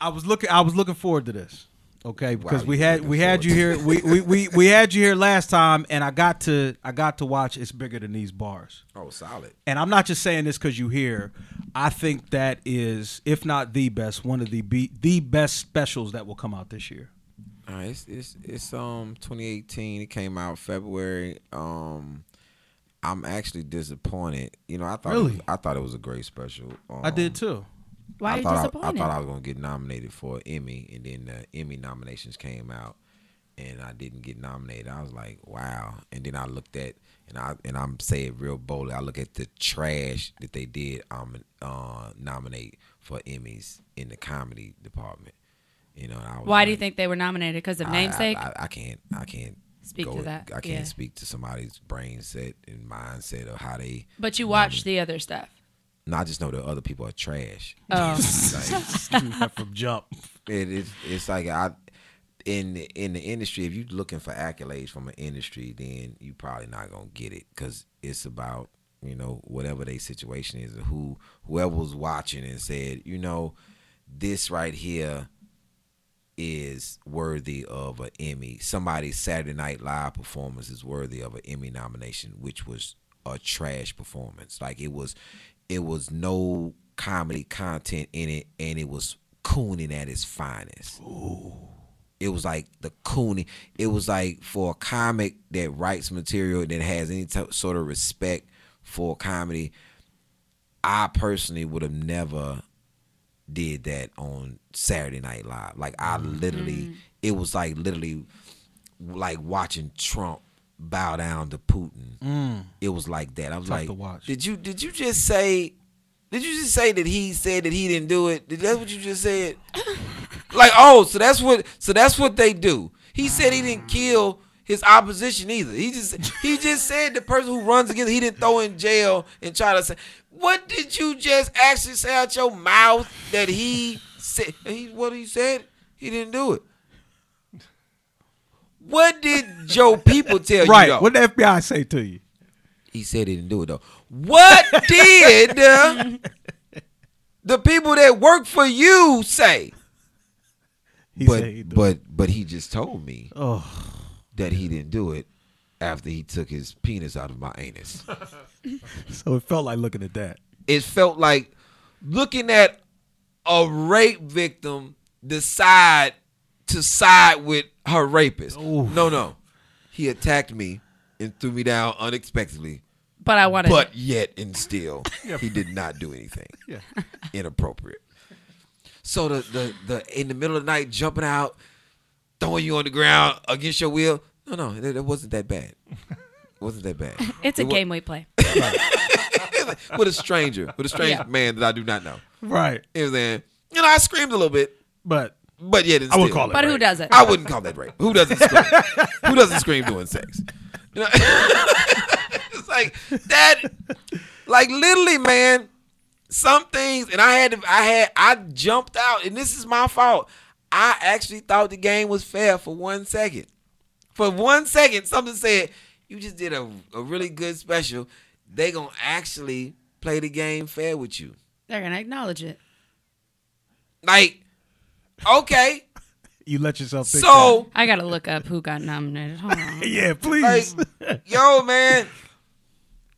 [SPEAKER 3] I was looking. I was looking forward to this. Okay, because
[SPEAKER 7] Wow,
[SPEAKER 3] we
[SPEAKER 7] you
[SPEAKER 3] had
[SPEAKER 7] looking
[SPEAKER 3] we had
[SPEAKER 7] forward
[SPEAKER 3] you
[SPEAKER 7] to
[SPEAKER 3] here. We, we, we, we had you here last time, and I got to I got to watch. It's bigger than these bars.
[SPEAKER 7] Oh, solid.
[SPEAKER 3] and I'm not just saying this because you hear. I think that is, if not the best, one of the be, the best specials that will come out this year.
[SPEAKER 7] All right, it's it's it's um 2018. It came out February. Um, I'm actually disappointed. You know, I thought it
[SPEAKER 3] Really?
[SPEAKER 7] was, I thought it was a great special.
[SPEAKER 3] I did
[SPEAKER 7] Um,
[SPEAKER 3] too.
[SPEAKER 5] Why are
[SPEAKER 7] I
[SPEAKER 5] you
[SPEAKER 7] thought I, I
[SPEAKER 5] disappointed?
[SPEAKER 7] thought I was gonna get nominated for an Emmy, and then the Emmy nominations came out, and I didn't get nominated. I was like, wow. And then I looked at, and I and I'm saying real boldly, I look at the trash that they did um uh, nominate for Emmys in the comedy department. You know, and I was
[SPEAKER 5] Why do you
[SPEAKER 7] like,
[SPEAKER 5] think they were nominated? Because of
[SPEAKER 7] I-
[SPEAKER 5] namesake?
[SPEAKER 7] I, I, I can't. I can't
[SPEAKER 5] Speak
[SPEAKER 7] go
[SPEAKER 5] to
[SPEAKER 7] with-
[SPEAKER 5] that,
[SPEAKER 7] I can't
[SPEAKER 5] yeah.
[SPEAKER 7] speak to somebody's brain set and mindset of how they.
[SPEAKER 5] but you watched the other stuff.
[SPEAKER 7] No, I just know that other people are trash.
[SPEAKER 5] Oh.
[SPEAKER 7] Like,
[SPEAKER 3] from jump.
[SPEAKER 7] it is it's like I in in the industry if you're looking for accolades from an industry then you probably not gonna get it because it's about you know whatever their situation is and who whoever was watching and said you know this right here is worthy of an Emmy. Somebody's Saturday Night Live performance is worthy of an Emmy nomination, which was a trash performance. Like it was, it was no comedy content in it, and it was cooning at its finest. It was like the cooning. It was like for a comic that writes material that has any t- sort of respect for comedy. I personally would have never did that on Saturday Night Live. Like I literally, it was like literally like watching Trump bow down to Putin. It was like that. I was
[SPEAKER 3] Mm. Tough
[SPEAKER 7] like,
[SPEAKER 3] to watch.
[SPEAKER 7] did you did you just say? Did you just say that he said that he didn't do it? Did that what you just said? like oh so that's what so that's what they do he said he didn't kill his opposition either he just he just said the person who runs against he didn't throw in jail and try to say what did you just actually say out your mouth that he said he, what he said he didn't do it what did joe people tell you
[SPEAKER 3] Right.
[SPEAKER 7] though?
[SPEAKER 3] What the FBI say to you?
[SPEAKER 7] He said he didn't do it though. What did uh, the people that work for you say?
[SPEAKER 3] He
[SPEAKER 7] but
[SPEAKER 3] said he do-
[SPEAKER 7] but but he just told me
[SPEAKER 3] oh,
[SPEAKER 7] that he didn't do it after he took his penis out of my anus.
[SPEAKER 3] so it felt like looking at that.
[SPEAKER 7] it felt like looking at a rape victim decide to side with her rapist. No, no. He attacked me and threw me down unexpectedly,
[SPEAKER 5] But I wanted.
[SPEAKER 7] but yet and still he did not do anything inappropriate. So the, the the in the middle of the night jumping out, throwing you on the ground against your will. No, no, it, it wasn't that bad. wasn't that bad.
[SPEAKER 5] it's a
[SPEAKER 7] It wa-
[SPEAKER 5] game we play.
[SPEAKER 7] with a stranger, with a strange
[SPEAKER 5] Yeah.
[SPEAKER 7] man that I do not know.
[SPEAKER 3] Right.
[SPEAKER 7] You know what I'm saying? You know, I screamed a little bit,
[SPEAKER 3] But
[SPEAKER 7] but yet it's
[SPEAKER 3] I wouldn't
[SPEAKER 7] still-
[SPEAKER 3] call it
[SPEAKER 5] But who
[SPEAKER 3] rape.
[SPEAKER 5] does it?
[SPEAKER 7] I wouldn't call that rape. Who doesn't scream? who doesn't scream doing sex? You know? it's like that. Like literally, man. Some things, and I had to. I had. I jumped out, and this is my fault. I actually thought the game was fair for one second. For one second, something said, "You just did a, a really good special. They gonna actually play the game fair with you."
[SPEAKER 5] They're going to acknowledge it.
[SPEAKER 7] Like, okay,
[SPEAKER 3] you let yourself think
[SPEAKER 7] so.
[SPEAKER 5] I got to look up who got nominated. Hold on.
[SPEAKER 3] that. Yeah, please.
[SPEAKER 7] Like, yo, man,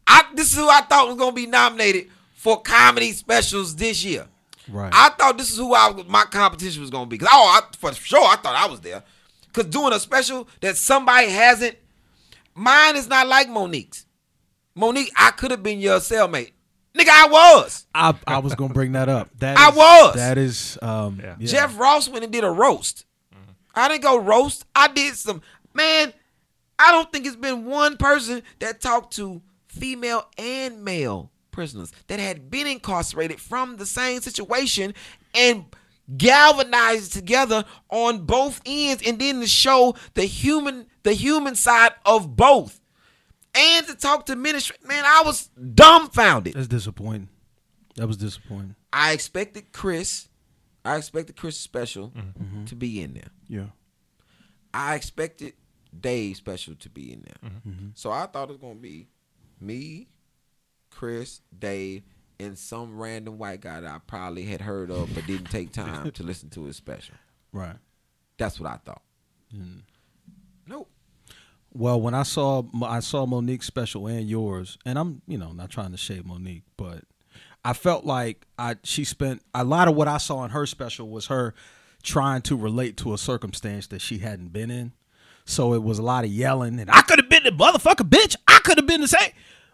[SPEAKER 7] I this is who I thought was gonna be nominated for comedy specials this year.
[SPEAKER 3] right.
[SPEAKER 7] I thought this is who I my competition was gonna be. 'Cause, oh, I, for sure, I thought I was there. Cause doing a special that somebody hasn't, mine is not like Monique's. Monique, I could have been your cellmate, nigga. I was.
[SPEAKER 3] I, I was gonna bring that up. That
[SPEAKER 7] I
[SPEAKER 3] is-
[SPEAKER 7] was.
[SPEAKER 3] That is um
[SPEAKER 4] Yeah.
[SPEAKER 3] yeah.
[SPEAKER 7] Jeff Ross went and did a roast. I didn't go roast. I did some. Man, I don't think it's been one person that talked to female and male prisoners that had been incarcerated from the same situation and galvanized together on both ends and then to show the human the human side of both and to talk to ministry man i was dumbfounded
[SPEAKER 3] That's disappointing. That was disappointing.
[SPEAKER 7] i expected chris i expected chris special to be in there
[SPEAKER 3] Yeah.
[SPEAKER 7] I expected Dave Special to be in there. So I thought it was gonna be me, Chris, Dave, and some random white guy that I probably had heard of but didn't take time to listen to his special.
[SPEAKER 3] Right.
[SPEAKER 7] That's what I thought. Nope.
[SPEAKER 3] Well, when I saw I saw Monique's special and yours, and I'm you know not trying to shade Monique, but I felt like I she spent a lot of what I saw in her special was her trying to relate to a circumstance that she hadn't been in. So it was a lot of yelling, and I could have been the motherfucker bitch. I could have been the same,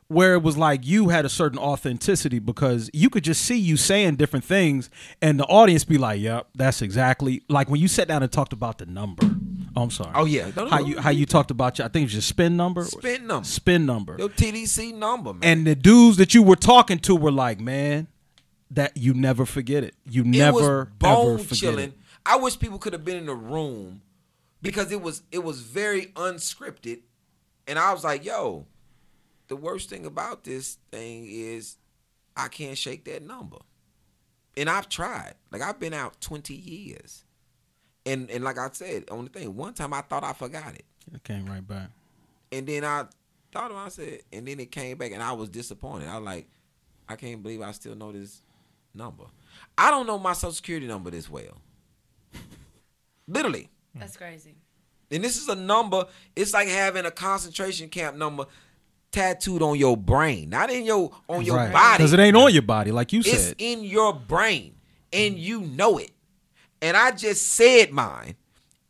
[SPEAKER 3] where it was like you had a certain authenticity because you could just see you saying different things and the audience be like, "Yep, that's exactly." Like when you sat down and talked about the number. Oh, I'm sorry.
[SPEAKER 7] Oh, yeah.
[SPEAKER 3] How you how you talked about your I think it was your spin number.
[SPEAKER 7] Spin number.
[SPEAKER 3] Spin number.
[SPEAKER 7] Your TDC number, man.
[SPEAKER 3] And the dudes that you were talking to were like, "Man, that you never forget it. You
[SPEAKER 7] it
[SPEAKER 3] never
[SPEAKER 7] was bone
[SPEAKER 3] ever forget
[SPEAKER 7] chilling.
[SPEAKER 3] it."
[SPEAKER 7] I wish people could have been in the room because it was it was very unscripted, and I was like, "Yo, the worst thing about this thing is I can't shake that number." And I've tried. Like I've been out twenty years, and and like I said on the thing, one time I thought I forgot it,
[SPEAKER 3] It came right back.
[SPEAKER 7] and then I thought about it, I said, and then it came back, and I was disappointed. I was like, I can't believe I still know this number. I don't know my social security number this well. Literally.
[SPEAKER 5] That's crazy.
[SPEAKER 7] And this is a number, it's like having a concentration camp number tattooed on your brain. Not in your on your body.
[SPEAKER 3] because it ain't on your body, like you
[SPEAKER 7] It's
[SPEAKER 3] said.
[SPEAKER 7] in your brain, and you know it. And I just said mine,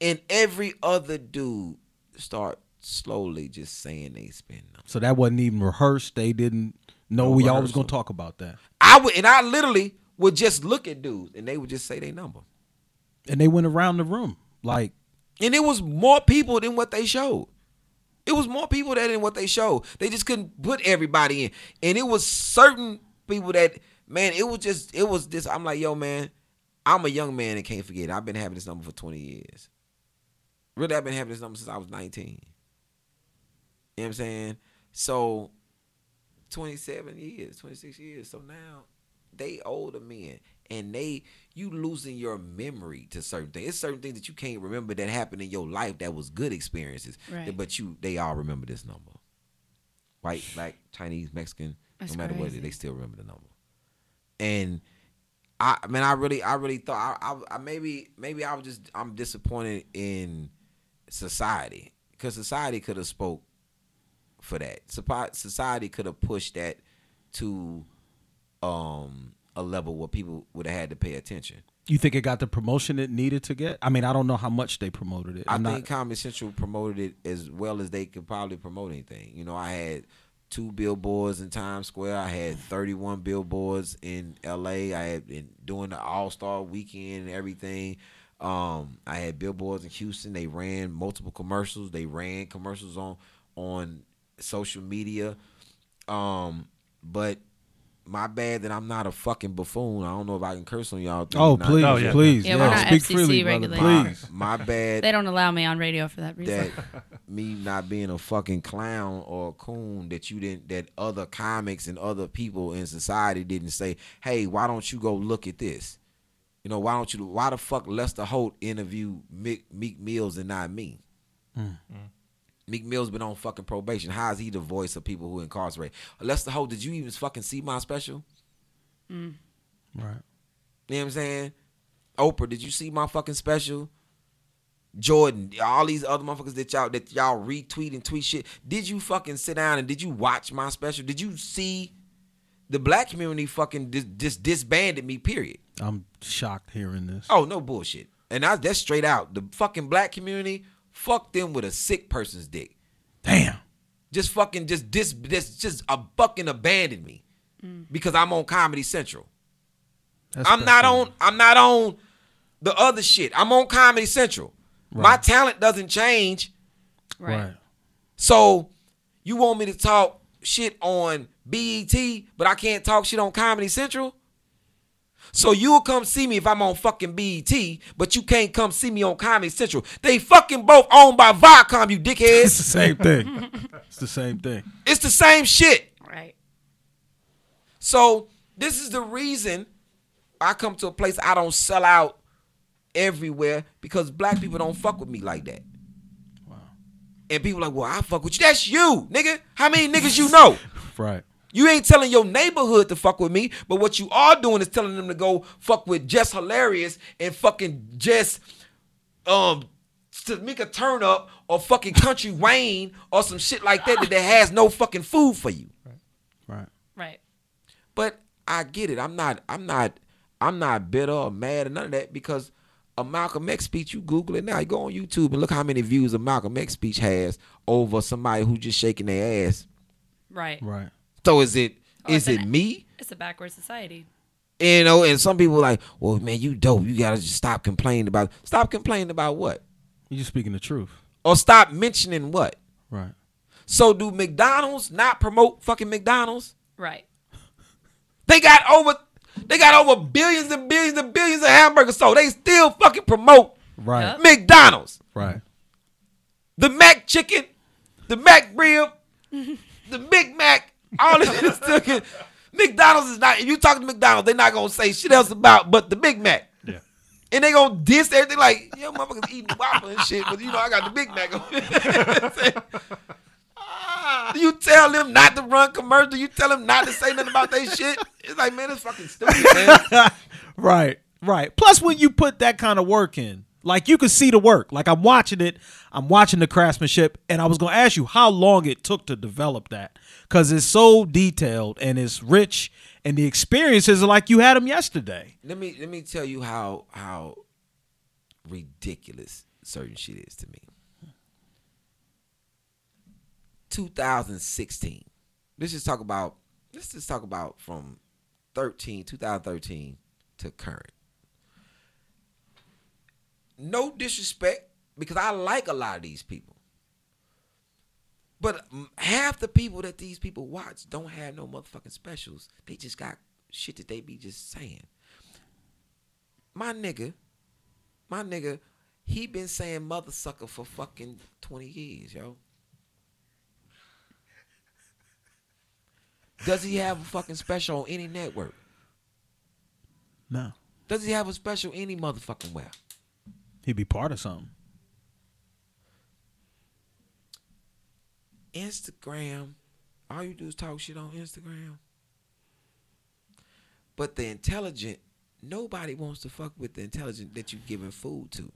[SPEAKER 7] and every other dude start slowly just saying they spin them.
[SPEAKER 3] So that wasn't even rehearsed. They didn't know we all was
[SPEAKER 7] rehearsal.
[SPEAKER 3] gonna talk about that,
[SPEAKER 7] I would, and I literally would just look at dudes, and they would just say their number.
[SPEAKER 3] and they went around the room like,
[SPEAKER 7] And it was more people than what they showed. It was more people that than what they showed. They just couldn't put everybody in. And it was certain people that, man, it was just, it was this. I'm like, yo, man, I'm a young man and can't forget. it. I've been having this number for 20 years. Really, I've been having this number since I was 19. You know what I'm saying? So 27 years, 26 years. So now they older men and they you losing your memory to certain things. It's certain things that you can't remember that happened in your life that was good experiences.
[SPEAKER 5] Right.
[SPEAKER 7] But you they all remember this number. White, black, Chinese, Mexican,
[SPEAKER 5] That's
[SPEAKER 7] no matter what it
[SPEAKER 5] crazy.
[SPEAKER 7] is, they still remember the number. And I I mean I really I really thought I, I, I maybe maybe I was just I'm disappointed in society because society could have spoke for that. Soci- Society could have pushed that to um, a level where people would have had to pay attention.
[SPEAKER 3] you think it got the promotion it needed to get? I mean, I don't know how much they promoted it.
[SPEAKER 7] i
[SPEAKER 3] I'm
[SPEAKER 7] think Comedy Central promoted it as well as they could probably promote anything. You know, I had two billboards in Times Square. I had 31 billboards in LA. I had been doing the All Star weekend and everything. Um, I had billboards in Houston. They ran multiple commercials. They ran commercials on on social media. Um, but my bad that I'm not a fucking buffoon. I don't know if I can curse on y'all.
[SPEAKER 3] Oh
[SPEAKER 7] Not-
[SPEAKER 3] please,
[SPEAKER 4] Oh, yeah.
[SPEAKER 3] please,
[SPEAKER 5] Yeah,
[SPEAKER 3] yeah,
[SPEAKER 5] we're not
[SPEAKER 3] speak
[SPEAKER 5] FCC
[SPEAKER 3] freely, brother,
[SPEAKER 5] regulated.
[SPEAKER 3] please.
[SPEAKER 7] My bad.
[SPEAKER 5] They don't allow me on radio for that reason.
[SPEAKER 7] that me not being a fucking clown or a coon that you didn't that other comics and other people in society didn't say, hey, why don't you go look at this? You know, why don't you? Why the fuck Lester Holt interview Meek, Meek Mills and not me? Hmm. Meek Mill's been on fucking probation. How is he the voice of people who incarcerate? Lester Holt, did you even fucking see my special?
[SPEAKER 3] Right.
[SPEAKER 7] You know what I'm saying? Oprah, did you see my fucking special? Jordan, all these other motherfuckers that y'all that y'all retweet and tweet shit. Did you fucking sit down and did you watch my special? Did you see the black community fucking dis- dis- disbanded me? Period.
[SPEAKER 3] I'm shocked hearing this.
[SPEAKER 7] Oh no bullshit. And I, that's straight out. The fucking black community fucked them with a sick person's dick.
[SPEAKER 3] Damn.
[SPEAKER 7] Just fucking just dis just just a fucking abandoned me because I'm on Comedy Central.
[SPEAKER 3] That's
[SPEAKER 7] I'm not
[SPEAKER 3] bad.
[SPEAKER 7] on. I'm not on the other shit. I'm on Comedy Central. My
[SPEAKER 3] Right.
[SPEAKER 7] talent doesn't change.
[SPEAKER 5] right.
[SPEAKER 7] So you want me to talk shit on BET, but I can't talk shit on Comedy Central. So you'll come see me if I'm on fucking BET, but you can't come see me on Comedy Central. They fucking both owned by Viacom, you
[SPEAKER 3] It's
[SPEAKER 7] dickheads.
[SPEAKER 3] the same thing. it's the same thing.
[SPEAKER 7] it's the same shit.
[SPEAKER 5] Right.
[SPEAKER 7] So this is the reason I come to a place I don't sell out everywhere because black people don't fuck with me like that. And people like, well, I fuck with you. That's you, nigga. How many niggas you know?
[SPEAKER 3] Right.
[SPEAKER 7] You ain't telling your neighborhood to fuck with me, but what you are doing is telling them to go fuck with Jess Hilarious and fucking Jess um Tamika Turnup or fucking Country Wayne or some shit like that that has no fucking food for you
[SPEAKER 3] Right.
[SPEAKER 5] Right.
[SPEAKER 7] but I get it. I'm not. I'm not. I'm not bitter or mad or none of that because a Malcolm X speech. You Google it now. You go on YouTube and look how many views a Malcolm X speech has over somebody who just shaking their ass
[SPEAKER 5] Right.
[SPEAKER 3] Right.
[SPEAKER 7] So is it
[SPEAKER 5] Oh,
[SPEAKER 7] is
[SPEAKER 5] it's
[SPEAKER 7] it
[SPEAKER 5] an-
[SPEAKER 7] me?
[SPEAKER 5] It's a backward society.
[SPEAKER 7] You know, and some people like, well, man, you dope. You gotta just stop complaining about stop complaining about what,
[SPEAKER 3] You speaking the truth,
[SPEAKER 7] or stop mentioning what.
[SPEAKER 3] right?
[SPEAKER 7] So do McDonald's not promote fucking McDonald's?
[SPEAKER 5] Right.
[SPEAKER 7] They got over they got over billions and billions and billions of hamburgers sold. They still fucking promote
[SPEAKER 3] Right.
[SPEAKER 5] Yep.
[SPEAKER 7] McDonald's.
[SPEAKER 3] Right.
[SPEAKER 7] The Mac chicken, the Mac rib, the Big Mac, all this shit is still good. McDonald's is not if you talk to McDonald's, they're not gonna say shit else about but the Big Mac.
[SPEAKER 4] Yeah.
[SPEAKER 7] And they gonna diss everything like, yo, motherfuckers eating waffle and shit, but you know I got the Big Mac on. You tell them not to run commercial. You tell them not to say nothing about their shit. It's like, man, it's fucking stupid, man.
[SPEAKER 3] Right. Right. Plus, when you put that kind of work in, like you could see the work. Like I'm watching it, I'm watching the craftsmanship, and I was gonna ask you how long it took to develop that because it's so detailed and it's rich, and the experiences are like you had them yesterday.
[SPEAKER 7] let me let me tell you how how ridiculous certain shit is to me. 2016. Let's just talk about let's just talk about from 13 2013 to current. No disrespect because I like a lot of these people. But mm, half the people that these people watch don't have no motherfucking specials. They just got shit that they be just saying my nigga, my nigga, he been saying mother sucker for fucking 20 years, yo. Does he have a fucking special on any network?
[SPEAKER 3] No,
[SPEAKER 7] Does he have a special any motherfucking where?
[SPEAKER 3] he'd be part of something.
[SPEAKER 7] Instagram, all you do is talk shit on Instagram. But the intelligent, nobody wants to fuck with the intelligent that you giving food to.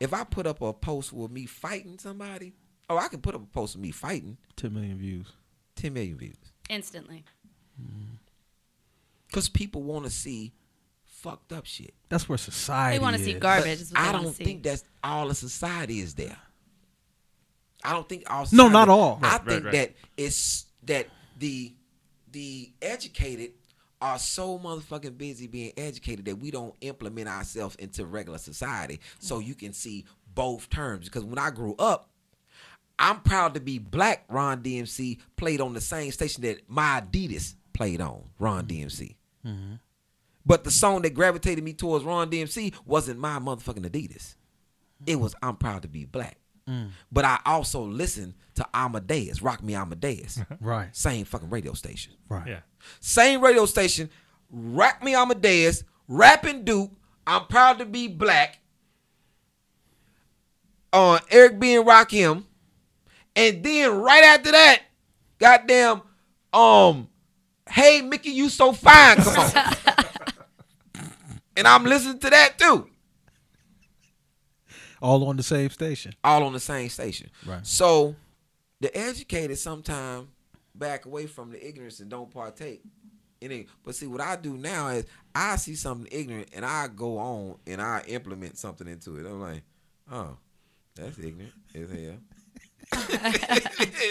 [SPEAKER 7] If I put up a post with me fighting somebody, oh, I can put up a post of me fighting,
[SPEAKER 3] Ten million views.
[SPEAKER 7] 10 million views.
[SPEAKER 5] Instantly.
[SPEAKER 7] Because people want to see fucked up shit.
[SPEAKER 3] That's where society.
[SPEAKER 5] They want to see
[SPEAKER 3] is.
[SPEAKER 5] garbage. Is what
[SPEAKER 7] I
[SPEAKER 5] they wanna
[SPEAKER 7] don't
[SPEAKER 5] see.
[SPEAKER 7] think that's all of society is there. I don't think all.
[SPEAKER 3] No,
[SPEAKER 7] society-
[SPEAKER 3] not all.
[SPEAKER 7] I
[SPEAKER 3] Right,
[SPEAKER 4] right,
[SPEAKER 7] think
[SPEAKER 4] right.
[SPEAKER 7] that it's that the the educated are so motherfucking busy being educated that we don't implement ourselves into regular society. So you can see both terms. Because when I grew up, I'm proud to be black. Ron DMC played on the same station that my Adidas played on. Ron DMC.
[SPEAKER 3] Mm-hmm.
[SPEAKER 7] But the song that gravitated me towards Ron DMC wasn't my motherfucking Adidas. It was I'm Proud to Be Black. But I also listened to Amadeus, Rock Me Amadeus.
[SPEAKER 3] Right.
[SPEAKER 7] Same fucking radio station.
[SPEAKER 3] Right.
[SPEAKER 4] Yeah.
[SPEAKER 7] Same radio station, Rock Me Amadeus, Rapping Duke, I'm Proud to Be Black, on Eric B. and Rock Him. And then right after that, goddamn, um, Hey Mickey, you so fine, come on. and I'm listening to that too.
[SPEAKER 3] All on the same station.
[SPEAKER 7] All on the same station.
[SPEAKER 3] Right.
[SPEAKER 7] So the educated sometime back away from the ignorance and don't partake in it. But see what I do now is I see something ignorant and I go on and I implement something into it. I'm like, oh, that's ignorant as hell.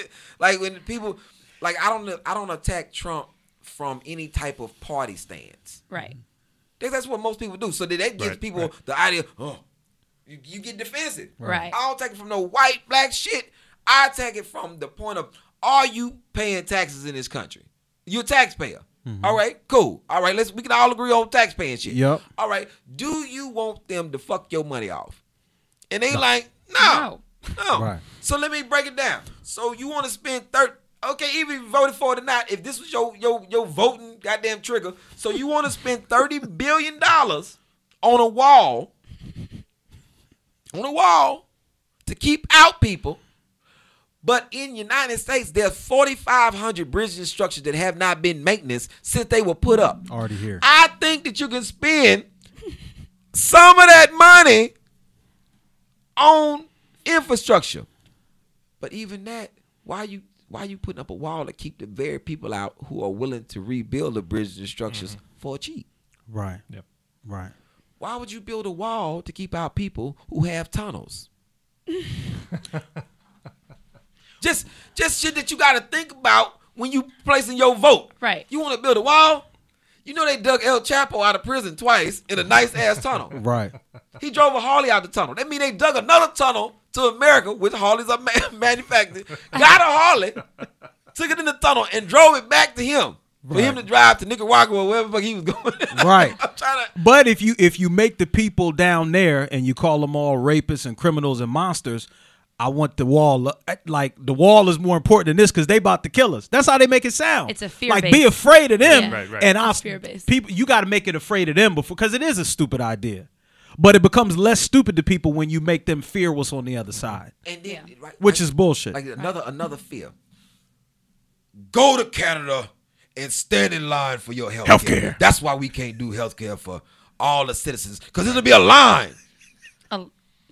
[SPEAKER 7] like when people like I don't I don't attack Trump from any type of party stance.
[SPEAKER 5] Right.
[SPEAKER 7] That's- That's what most people do. So that, that gives
[SPEAKER 4] Right,
[SPEAKER 7] people
[SPEAKER 4] right.
[SPEAKER 7] the idea, oh, you, you get defensive.
[SPEAKER 5] Right.
[SPEAKER 7] I don't take it from no white, black shit. I take it from the point of, are you paying taxes in this country? You're a taxpayer.
[SPEAKER 4] Mm-hmm.
[SPEAKER 7] All right, cool. All right, let's we can all agree on taxpaying shit.
[SPEAKER 3] Yep.
[SPEAKER 7] All right. Do you want them to fuck your money off? And they like, no. No.
[SPEAKER 3] Right.
[SPEAKER 7] So let me break it down. So you want to spend thirty? Okay, even if you voted for it or not, if this was your your your voting goddamn trigger, so you want to spend thirty billion dollars on a wall, on a wall, to keep out people. But in United States, there's 4,500 bridges and structures that have not been maintenance since they were put up.
[SPEAKER 3] Already here.
[SPEAKER 7] I think that you can spend some of that money on infrastructure. But even that, why you why you putting up a wall to keep the very people out who are willing to rebuild the bridges and structures
[SPEAKER 3] Mm-hmm.
[SPEAKER 7] for cheap?
[SPEAKER 3] Right.
[SPEAKER 4] Yep.
[SPEAKER 3] Right.
[SPEAKER 7] Why would you build a wall to keep out people who have tunnels? just just shit that you gotta think about when you placing your vote.
[SPEAKER 5] Right.
[SPEAKER 7] You want to build a wall? You know they dug El Chapo out of prison twice in a nice ass tunnel.
[SPEAKER 3] Right.
[SPEAKER 7] He drove a Harley out the tunnel. That mean they dug another tunnel to America, which Harleys are ma- manufactured. Got a Harley, took it in the tunnel, and drove it back to him for him to drive to Nicaragua or wherever the fuck he was going.
[SPEAKER 3] Right.
[SPEAKER 7] I'm trying to.
[SPEAKER 3] But if you if you make the people down there and you call them all rapists and criminals and monsters, I want the wall uh, eh, like the wall is more important than this because they about to kill us. That's how they make it sound.
[SPEAKER 5] It's a fear
[SPEAKER 3] Like
[SPEAKER 5] based.
[SPEAKER 3] be afraid of them,
[SPEAKER 5] Yeah.
[SPEAKER 4] Right, right.
[SPEAKER 3] and I
[SPEAKER 5] fear-based.
[SPEAKER 3] people you got to make it afraid of them before because it is a stupid idea, but it becomes less stupid to people when you make them fear what's on the other side,
[SPEAKER 7] And then, right,
[SPEAKER 3] which
[SPEAKER 7] like-
[SPEAKER 3] is bullshit.
[SPEAKER 7] like another another fear. Go to Canada and stand in line for your health
[SPEAKER 3] Healthcare.
[SPEAKER 7] That's why we can't do health care for all the citizens because it'll be a line.
[SPEAKER 5] A-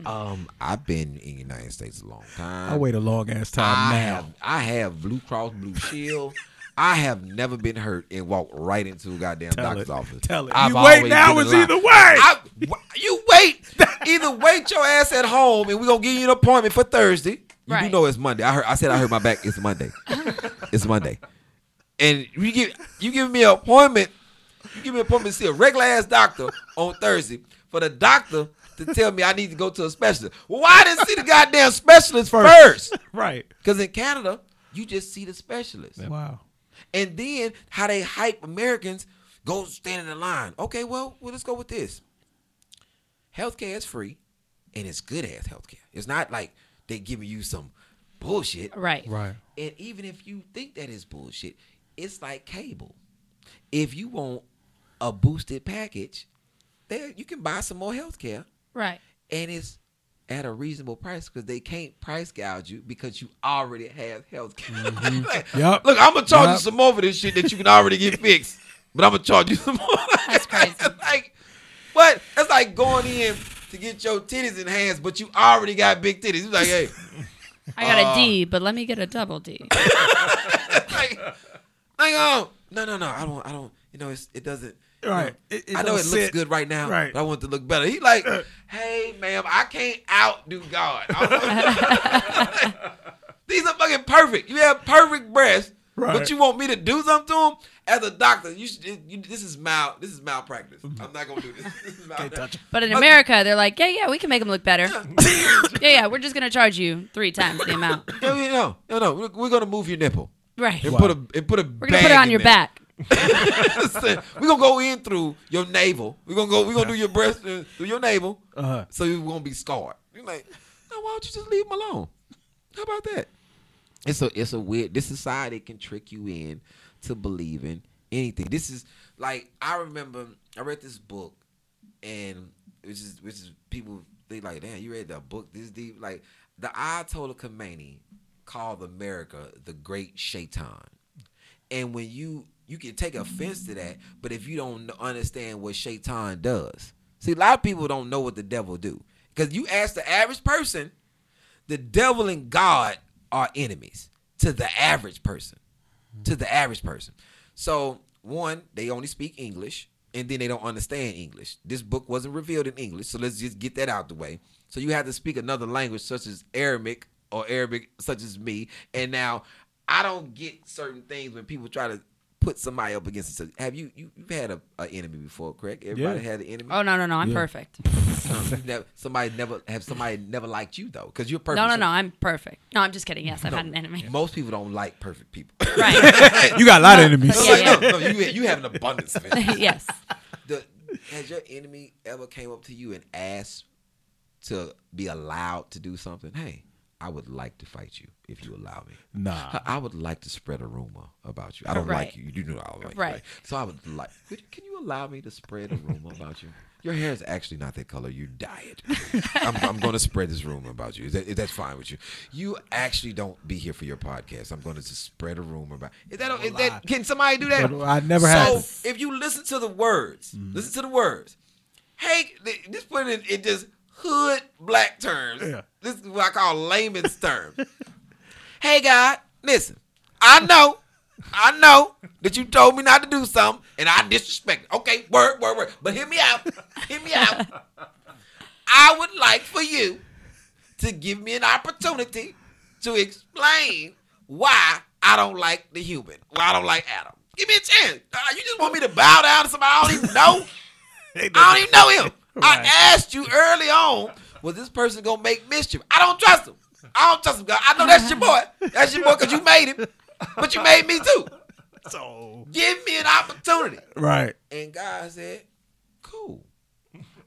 [SPEAKER 7] Um, I've been in the United States a long time.
[SPEAKER 3] I wait a long ass time
[SPEAKER 7] I
[SPEAKER 3] now.
[SPEAKER 7] have, I have Blue Cross Blue Shield. I have never been hurt and walked right into a goddamn doctor's
[SPEAKER 3] it.
[SPEAKER 7] office.
[SPEAKER 3] Tell it.
[SPEAKER 7] I've
[SPEAKER 3] You wait
[SPEAKER 7] always
[SPEAKER 3] now
[SPEAKER 7] been in
[SPEAKER 3] is
[SPEAKER 7] line.
[SPEAKER 3] either way.
[SPEAKER 7] I- w- you wait. Either wait your ass at home and we're gonna give you an appointment for Thursday. You do
[SPEAKER 5] Right.
[SPEAKER 7] know it's Monday. I heard I said I heard my back. It's Monday. it's Monday. And you give you give me an appointment. You give me an appointment to see a regular ass doctor on Thursday for the doctor to tell me I need to go to a specialist. Well, why I didn't see the goddamn specialist first?
[SPEAKER 3] Right.
[SPEAKER 7] Because in Canada, you just see the specialist.
[SPEAKER 3] Wow.
[SPEAKER 7] And then how they hype Americans go stand in the line. Okay, well, well let's go with this. Healthcare is free and it's good ass healthcare. It's not like they giving you some bullshit.
[SPEAKER 5] right.
[SPEAKER 4] Right.
[SPEAKER 7] And even if you think that is bullshit, it's like cable. If you want a boosted package, there you can buy some more healthcare
[SPEAKER 5] Right.
[SPEAKER 7] and it's at a reasonable price because they can't price gouge you because you already have health care. like,
[SPEAKER 3] Yup.
[SPEAKER 7] Look, I'm gonna charge
[SPEAKER 3] Yup.
[SPEAKER 7] you some more for this shit that you can already get fixed, but I'm gonna charge you some more.
[SPEAKER 5] That's crazy.
[SPEAKER 7] like, what? That's like going in to get your titties enhanced, but you already got big titties. It's like, hey,
[SPEAKER 5] I got a D, but let me get a double D.
[SPEAKER 7] like, like, oh, no, no, no, I don't, I don't. You know, it's, it doesn't. you know,
[SPEAKER 3] Right. It- it
[SPEAKER 7] I know
[SPEAKER 3] don't
[SPEAKER 7] it looks
[SPEAKER 3] sit.
[SPEAKER 7] good right now,
[SPEAKER 3] Right. Uh.
[SPEAKER 7] but I want it to look better. He like, hey, ma'am, I can't outdo God. I want- These are fucking perfect. You have perfect breasts,
[SPEAKER 3] Right.
[SPEAKER 7] but you want me to do something to them? As a doctor, you should. You, this is mal. This is malpractice.
[SPEAKER 3] Mm-hmm.
[SPEAKER 7] I'm not gonna do this. this is malpractice.
[SPEAKER 5] But in America, they're like, yeah, yeah, we can make them look better. yeah, yeah, we're just gonna charge you three times the amount.
[SPEAKER 7] No, no, no, no. We're, we're gonna move your nipple
[SPEAKER 5] Right.
[SPEAKER 7] and
[SPEAKER 5] We're
[SPEAKER 7] put a and put a. We're
[SPEAKER 5] gonna put it on your back.
[SPEAKER 7] we're gonna go in through your navel. We're gonna go. We're gonna do your breast uh, through your navel,
[SPEAKER 3] Uh-huh.
[SPEAKER 7] so you're gonna be scarred. You're like, no, why don't you just leave them alone? How about that? It's a it's a weird. This society can trick you in to believing anything. This is like I remember I read this book, and which is which is people they like, damn, you read that book this deep. Like the Ayatollah Khomeini called America the Great Shaitan, and when you you can take offense to that, but if you don't kn- understand what Shaitan does, see a lot of people don't know what the devil do because you ask the average person the devil and God are enemies to the average person. To the average person. So, one, they only speak English and then they don't understand English. This book wasn't revealed in English, so let's just get that out the way. So, you have to speak another language such as Aramaic or Arabic, such as me. And now, I don't get certain things when people try to put somebody up against each other. Have you, you you've had a, a enemy before, correct? Everybody
[SPEAKER 3] Yeah.
[SPEAKER 7] had an enemy.
[SPEAKER 5] Oh no, no, no, I'm perfect.
[SPEAKER 7] No, you've never, somebody never have somebody never liked you though, because you're perfect.
[SPEAKER 5] No, no,
[SPEAKER 7] So-
[SPEAKER 5] no, I'm perfect. No, I'm just kidding. Yes, I've had an enemy.
[SPEAKER 7] most people don't like perfect people.
[SPEAKER 5] Right.
[SPEAKER 3] You got a lot of enemies.
[SPEAKER 7] It's
[SPEAKER 5] Yeah,
[SPEAKER 7] like,
[SPEAKER 5] yeah.
[SPEAKER 7] No, no, you, you have an abundance of it.
[SPEAKER 5] yes.
[SPEAKER 7] The- has your enemy ever came up to you and asked to be allowed to do something? Hey, I would like to fight you if you allow me.
[SPEAKER 3] Nah.
[SPEAKER 7] I I would like to spread a rumor about you. I don't
[SPEAKER 5] Right.
[SPEAKER 7] like you. You do know I don't like you.
[SPEAKER 5] Right.
[SPEAKER 7] right? So I would like. Could, can you allow me to spread a rumor about you? Your hair is actually not that color. You dye it. I'm, I'm going to spread this rumor about you. Is that, is that fine with you? You actually don't be here for your podcast. I'm going to just spread a rumor about. Is that? Is that? Can somebody do that?
[SPEAKER 3] But I never
[SPEAKER 7] so,
[SPEAKER 3] had Mm-hmm.
[SPEAKER 7] So if you listen to the words, listen to the words. Hey, th- just put it in, in just hood black terms.
[SPEAKER 3] Yeah.
[SPEAKER 7] This is what I call layman's term. hey, God, listen. I know, I know that you told me not to do something, and I disrespect it. Okay, word, word, word. But hear me out. Hear me out. I would like for you to give me an opportunity to explain why I don't like the human. Well, I don't like Adam. Give me a chance. Uh, you just want me to bow down to somebody I don't even know? I don't even know him.
[SPEAKER 4] Right.
[SPEAKER 7] I asked you early on, was this person gonna make mischief? I don't trust him. I don't trust him. God. I know that's your boy. That's your boy because you made him, but you made me too.
[SPEAKER 3] So
[SPEAKER 7] Give me an opportunity.
[SPEAKER 3] right.
[SPEAKER 7] And God said, Cool.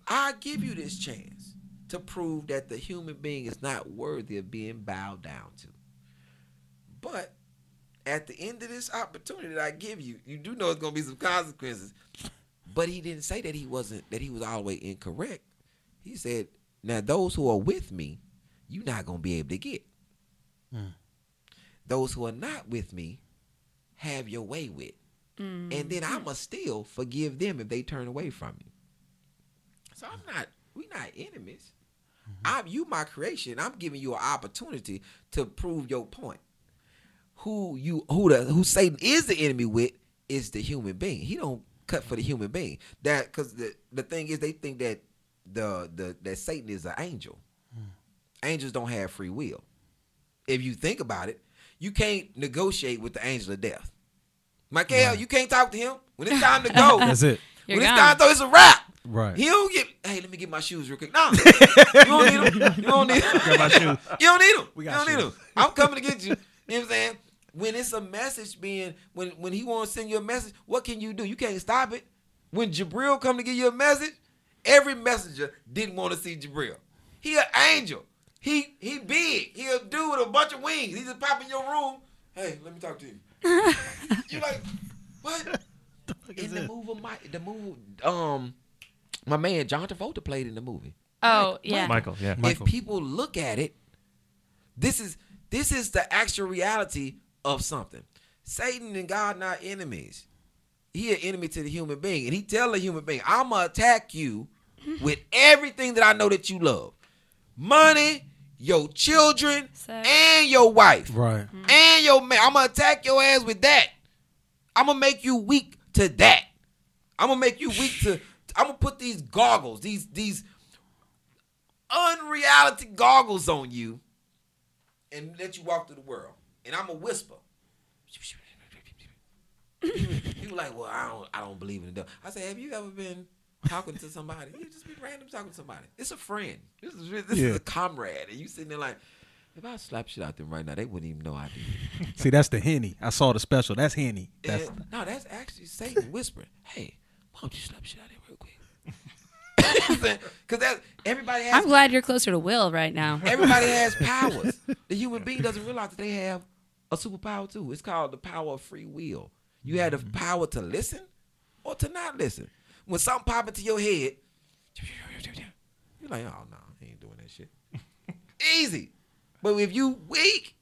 [SPEAKER 7] I give you this chance to prove that the human being is not worthy of being bowed down to. But at the end of this opportunity that I give you, you do know it's gonna be some consequences. But he didn't say that he wasn't that he was all the way incorrect. He said, Now those who are with me, you're not gonna be able to get. Those who are not with me, have your way with. And then I must still forgive them if they turn away from you. So I'm not we not enemies. I'm you my creation. I'm giving you an opportunity to prove your point. Who you who the who Satan is the enemy with is the human being. He don't cut for the human being. That cause the, the thing is they think that the the that Satan is an angel. Angels don't have free will. If you think about it, you can't negotiate with the angel of death. Michael, you can't talk to him. When it's time to go,
[SPEAKER 3] That's it.
[SPEAKER 5] You're
[SPEAKER 7] when it's
[SPEAKER 5] gone.
[SPEAKER 7] time to go, it's a wrap.
[SPEAKER 3] Right.
[SPEAKER 7] He don't get. Hey, let me get my shoes real quick. No, you don't need them. You don't need them.
[SPEAKER 4] Got my shoes.
[SPEAKER 7] You don't need them.
[SPEAKER 3] We
[SPEAKER 7] We
[SPEAKER 3] got
[SPEAKER 7] got you don't need
[SPEAKER 3] shoes.
[SPEAKER 7] 'em. I'm coming to get you. You know what I'm saying? When it's a message being when when he wants to send you a message, what can you do? You can't stop it. When Jabril come to give you a message, every messenger didn't want to see Jabril. He an angel. He he big. He a dude with a bunch of wings. He just pop in your room. Hey, let me talk to you. you like what? in the movie, my the movie, um, my man John Travolta played in the movie
[SPEAKER 5] Oh yeah.
[SPEAKER 4] Michael, yeah.
[SPEAKER 7] if people look at it, this is this is the actual reality of something. Satan and God not enemies. He an enemy to the human being, and he tell the human being, "I'ma attack you with everything that I know that you love, money, your children,
[SPEAKER 5] Sex.
[SPEAKER 7] and your wife,
[SPEAKER 3] Right.
[SPEAKER 7] and your man. I'ma attack your ass with that. I'ma make you weak to that. I'ma make you weak to. I'ma put these goggles, these these unreality goggles on you and let you walk through the world. And I'm a whisper. you were like, well, I don't, I don't believe in the devil. I said, have you ever been talking to somebody? You just be random talking to somebody. It's a friend. This is this
[SPEAKER 3] Yeah.
[SPEAKER 7] is a comrade, and you sitting there like, if I slap shit out them right now, they wouldn't even know I did.
[SPEAKER 3] See, that's the henny. I saw the special. That's henny. That's
[SPEAKER 7] And- no, Eh, that's actually Satan whispering, "Hey, why don't you slap shit out there real quick?" Because that everybody has
[SPEAKER 5] I'm glad you're closer to Will right now.
[SPEAKER 7] Everybody has powers. The human being doesn't realize that they have a superpower too. It's called the power of free will. You have the power to listen or to not listen. When something pop into your head, you're like, oh no, I ain't doing that shit. Easy. But if you weak,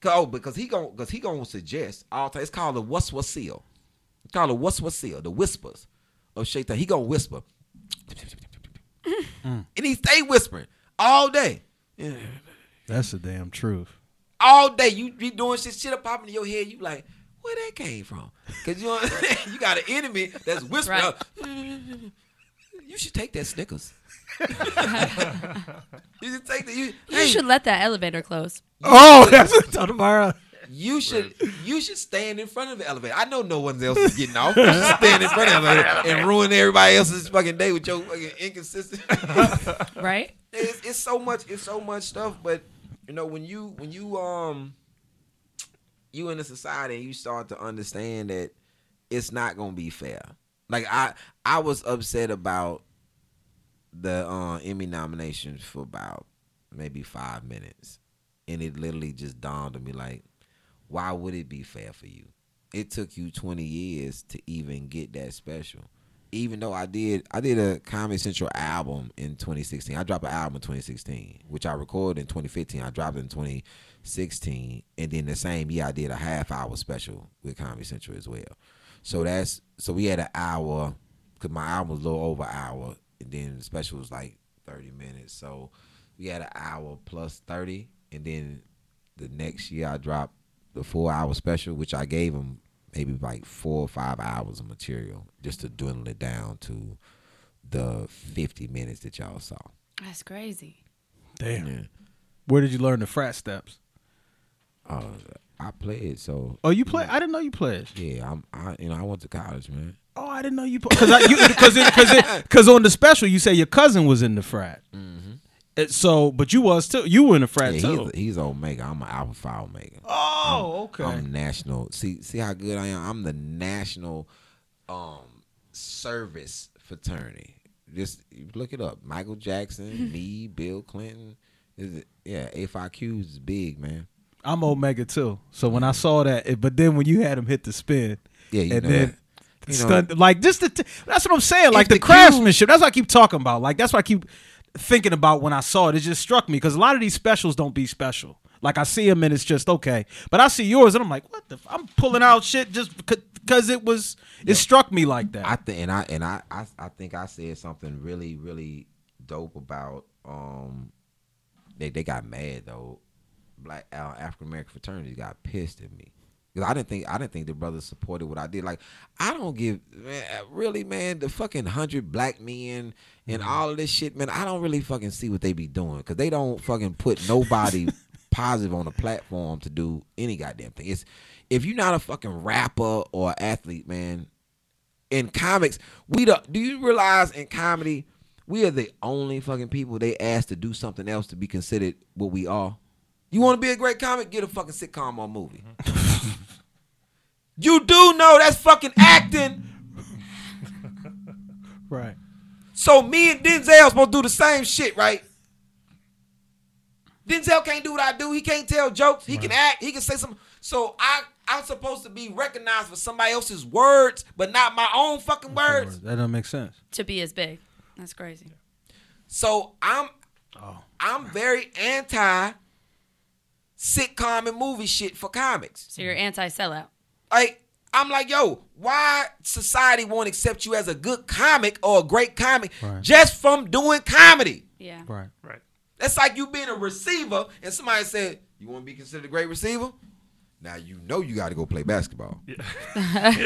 [SPEAKER 7] 'cause- oh, because he gon' because he gonna suggest all time. It's called the what's what's seal. It's called the what's what's seal, the whispers of Shaitan. He gonna whisper. And he stay whispering all day.
[SPEAKER 3] that's the damn truth.
[SPEAKER 7] all day. You be doing shit, shit up popping in your head. You like, where that came from? Cause you know, you got an enemy that's whispering.
[SPEAKER 5] Right.
[SPEAKER 7] You should take that Snickers. you should take that. You,
[SPEAKER 5] You
[SPEAKER 7] hey,
[SPEAKER 5] should let that elevator close.
[SPEAKER 3] Oh, that's what I'm talking about.
[SPEAKER 7] you should you should stand in front of the elevator. I know no one else is getting off. You should stand in front of the elevator and ruin everybody else's fucking day with your fucking inconsistent.
[SPEAKER 5] Right?
[SPEAKER 7] it's, it's so much it's so much stuff but you know when you when you um you in a society and you start to understand that it's not gonna be fair like i i was upset about the uh emmy nominations for about maybe five minutes and it literally just dawned on me like why would it be fair for you it took you 20 years to even get that special even though i did i did a comedy central album in 2016 i dropped an album in 2016 which i recorded in 2015 i dropped it in 2016 and then the same year i did a half hour special with comedy central as well so that's so we had an hour because my album was a little over an hour and then the special was like 30 minutes so we had an hour plus 30 and then the next year I dropped the four hour special, which I gave him maybe like four or five hours of material just to dwindle it down to the 50 minutes that y'all saw.
[SPEAKER 5] That's crazy.
[SPEAKER 3] Damn. Where did you learn the frat steps?
[SPEAKER 7] Uh, I played, so
[SPEAKER 3] Oh, you play? I didn't know you played.
[SPEAKER 7] yeah, I'm. I you know I went to college, man.
[SPEAKER 3] Oh, I didn't know you because because because because on the special you say your cousin was in the frat. Uh, So, but you was too. You were in the frat
[SPEAKER 7] Mm-hmm. Yeah,
[SPEAKER 3] too.
[SPEAKER 7] he's, he's Omega. I'm an Alpha Phi Omega.
[SPEAKER 3] oh, okay.
[SPEAKER 7] I'm national. See, see how good I am. I'm the national um, service fraternity. Just look it up. Michael Jackson, me, Bill Clinton. Is it, yeah, A5Q is big, man.
[SPEAKER 3] I'm Omega too. So when I saw that, it, but then when you had him hit the spin,
[SPEAKER 7] Yeah, you
[SPEAKER 3] and
[SPEAKER 7] know
[SPEAKER 3] then
[SPEAKER 7] that. You know
[SPEAKER 3] stunt, like just the t- that's what I'm saying. Like
[SPEAKER 7] the
[SPEAKER 3] the,
[SPEAKER 7] Q-
[SPEAKER 3] craftsmanship. That's what I keep talking about. Like that's what I keep thinking about when I saw it. It just struck me because a lot of these specials don't be special. Like I see them and it's just okay, but I see yours and I'm like, what the? F-? I'm pulling out shit just because it was. It struck me like that.
[SPEAKER 7] I think and I and I, I I think I said something really really dope about um they they got mad though. Black uh, African American fraternities got pissed at me. 'Cause I didn't think I didn't think the brothers supported what I did. Like I don't give man, really man the fucking hundred black men and all of this shit man. I don't really fucking see what they be doing because they don't fucking put nobody positive on the platform to do any goddamn thing. It's if you're not a fucking rapper or athlete man, in comics, we the do you realize in comedy, we are the only fucking people they ask to do something else to be considered what we are. You want to be a great comic? Get a fucking sitcom or movie. you do know that's fucking acting.
[SPEAKER 3] right.
[SPEAKER 7] So me and Denzel supposed to do the same shit, right? Denzel can't do what I do. He can't tell jokes. He can act. He can say some. So I, I'm supposed to be recognized for somebody else's words, but not my own fucking words.
[SPEAKER 3] That doesn't make sense.
[SPEAKER 5] to be as big. That's crazy.
[SPEAKER 7] So I'm
[SPEAKER 3] Oh.
[SPEAKER 7] I'm very anti sitcom and movie shit for comics.
[SPEAKER 5] So you're anti sellout.
[SPEAKER 7] Like I'm like, yo, why society won't accept you as a good comic or a great comic
[SPEAKER 3] Right.
[SPEAKER 7] just from doing comedy?
[SPEAKER 5] Yeah.
[SPEAKER 3] Right.
[SPEAKER 4] Right.
[SPEAKER 7] That's like you being a receiver and somebody said, You want to be considered a great receiver? Now you know you gotta go play basketball.
[SPEAKER 4] Yeah.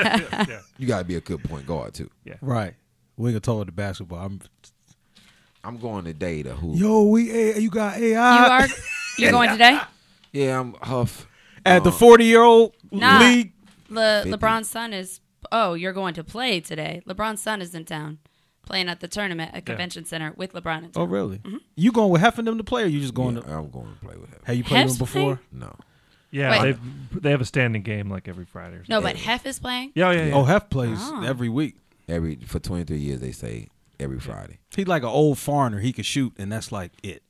[SPEAKER 4] yeah.
[SPEAKER 7] You gotta be a good point guard too.
[SPEAKER 3] Right. We can talk the basketball. I'm,
[SPEAKER 7] I'm going today to who
[SPEAKER 3] yo, we a- you got
[SPEAKER 5] You
[SPEAKER 3] AI
[SPEAKER 5] are you going today?
[SPEAKER 7] Yeah, I'm Huff.
[SPEAKER 3] at the forty year old
[SPEAKER 5] Nah.
[SPEAKER 3] league.
[SPEAKER 5] Le,
[SPEAKER 7] Fifty.
[SPEAKER 5] LeBron's son is oh, you're going to play today. LeBron's son is in town playing at the tournament at convention center with LeBron. And
[SPEAKER 3] Oh really?
[SPEAKER 5] Mm-hmm.
[SPEAKER 3] You going with Heffin them to play, or you just going
[SPEAKER 7] Yeah,
[SPEAKER 3] to?
[SPEAKER 7] I'm going to play with him.
[SPEAKER 3] Have you played
[SPEAKER 5] Heff's
[SPEAKER 3] them before?
[SPEAKER 7] No.
[SPEAKER 4] Yeah,
[SPEAKER 5] Wait.
[SPEAKER 4] they've they have a standing game like every Friday. Or something.
[SPEAKER 5] no, but Hef is playing.
[SPEAKER 4] Yeah, yeah, yeah.
[SPEAKER 3] Oh, Heff plays
[SPEAKER 5] Ah.
[SPEAKER 3] every week.
[SPEAKER 7] Every for 23 years they say every Friday.
[SPEAKER 3] He like an old foreigner. He could shoot, and that's like it.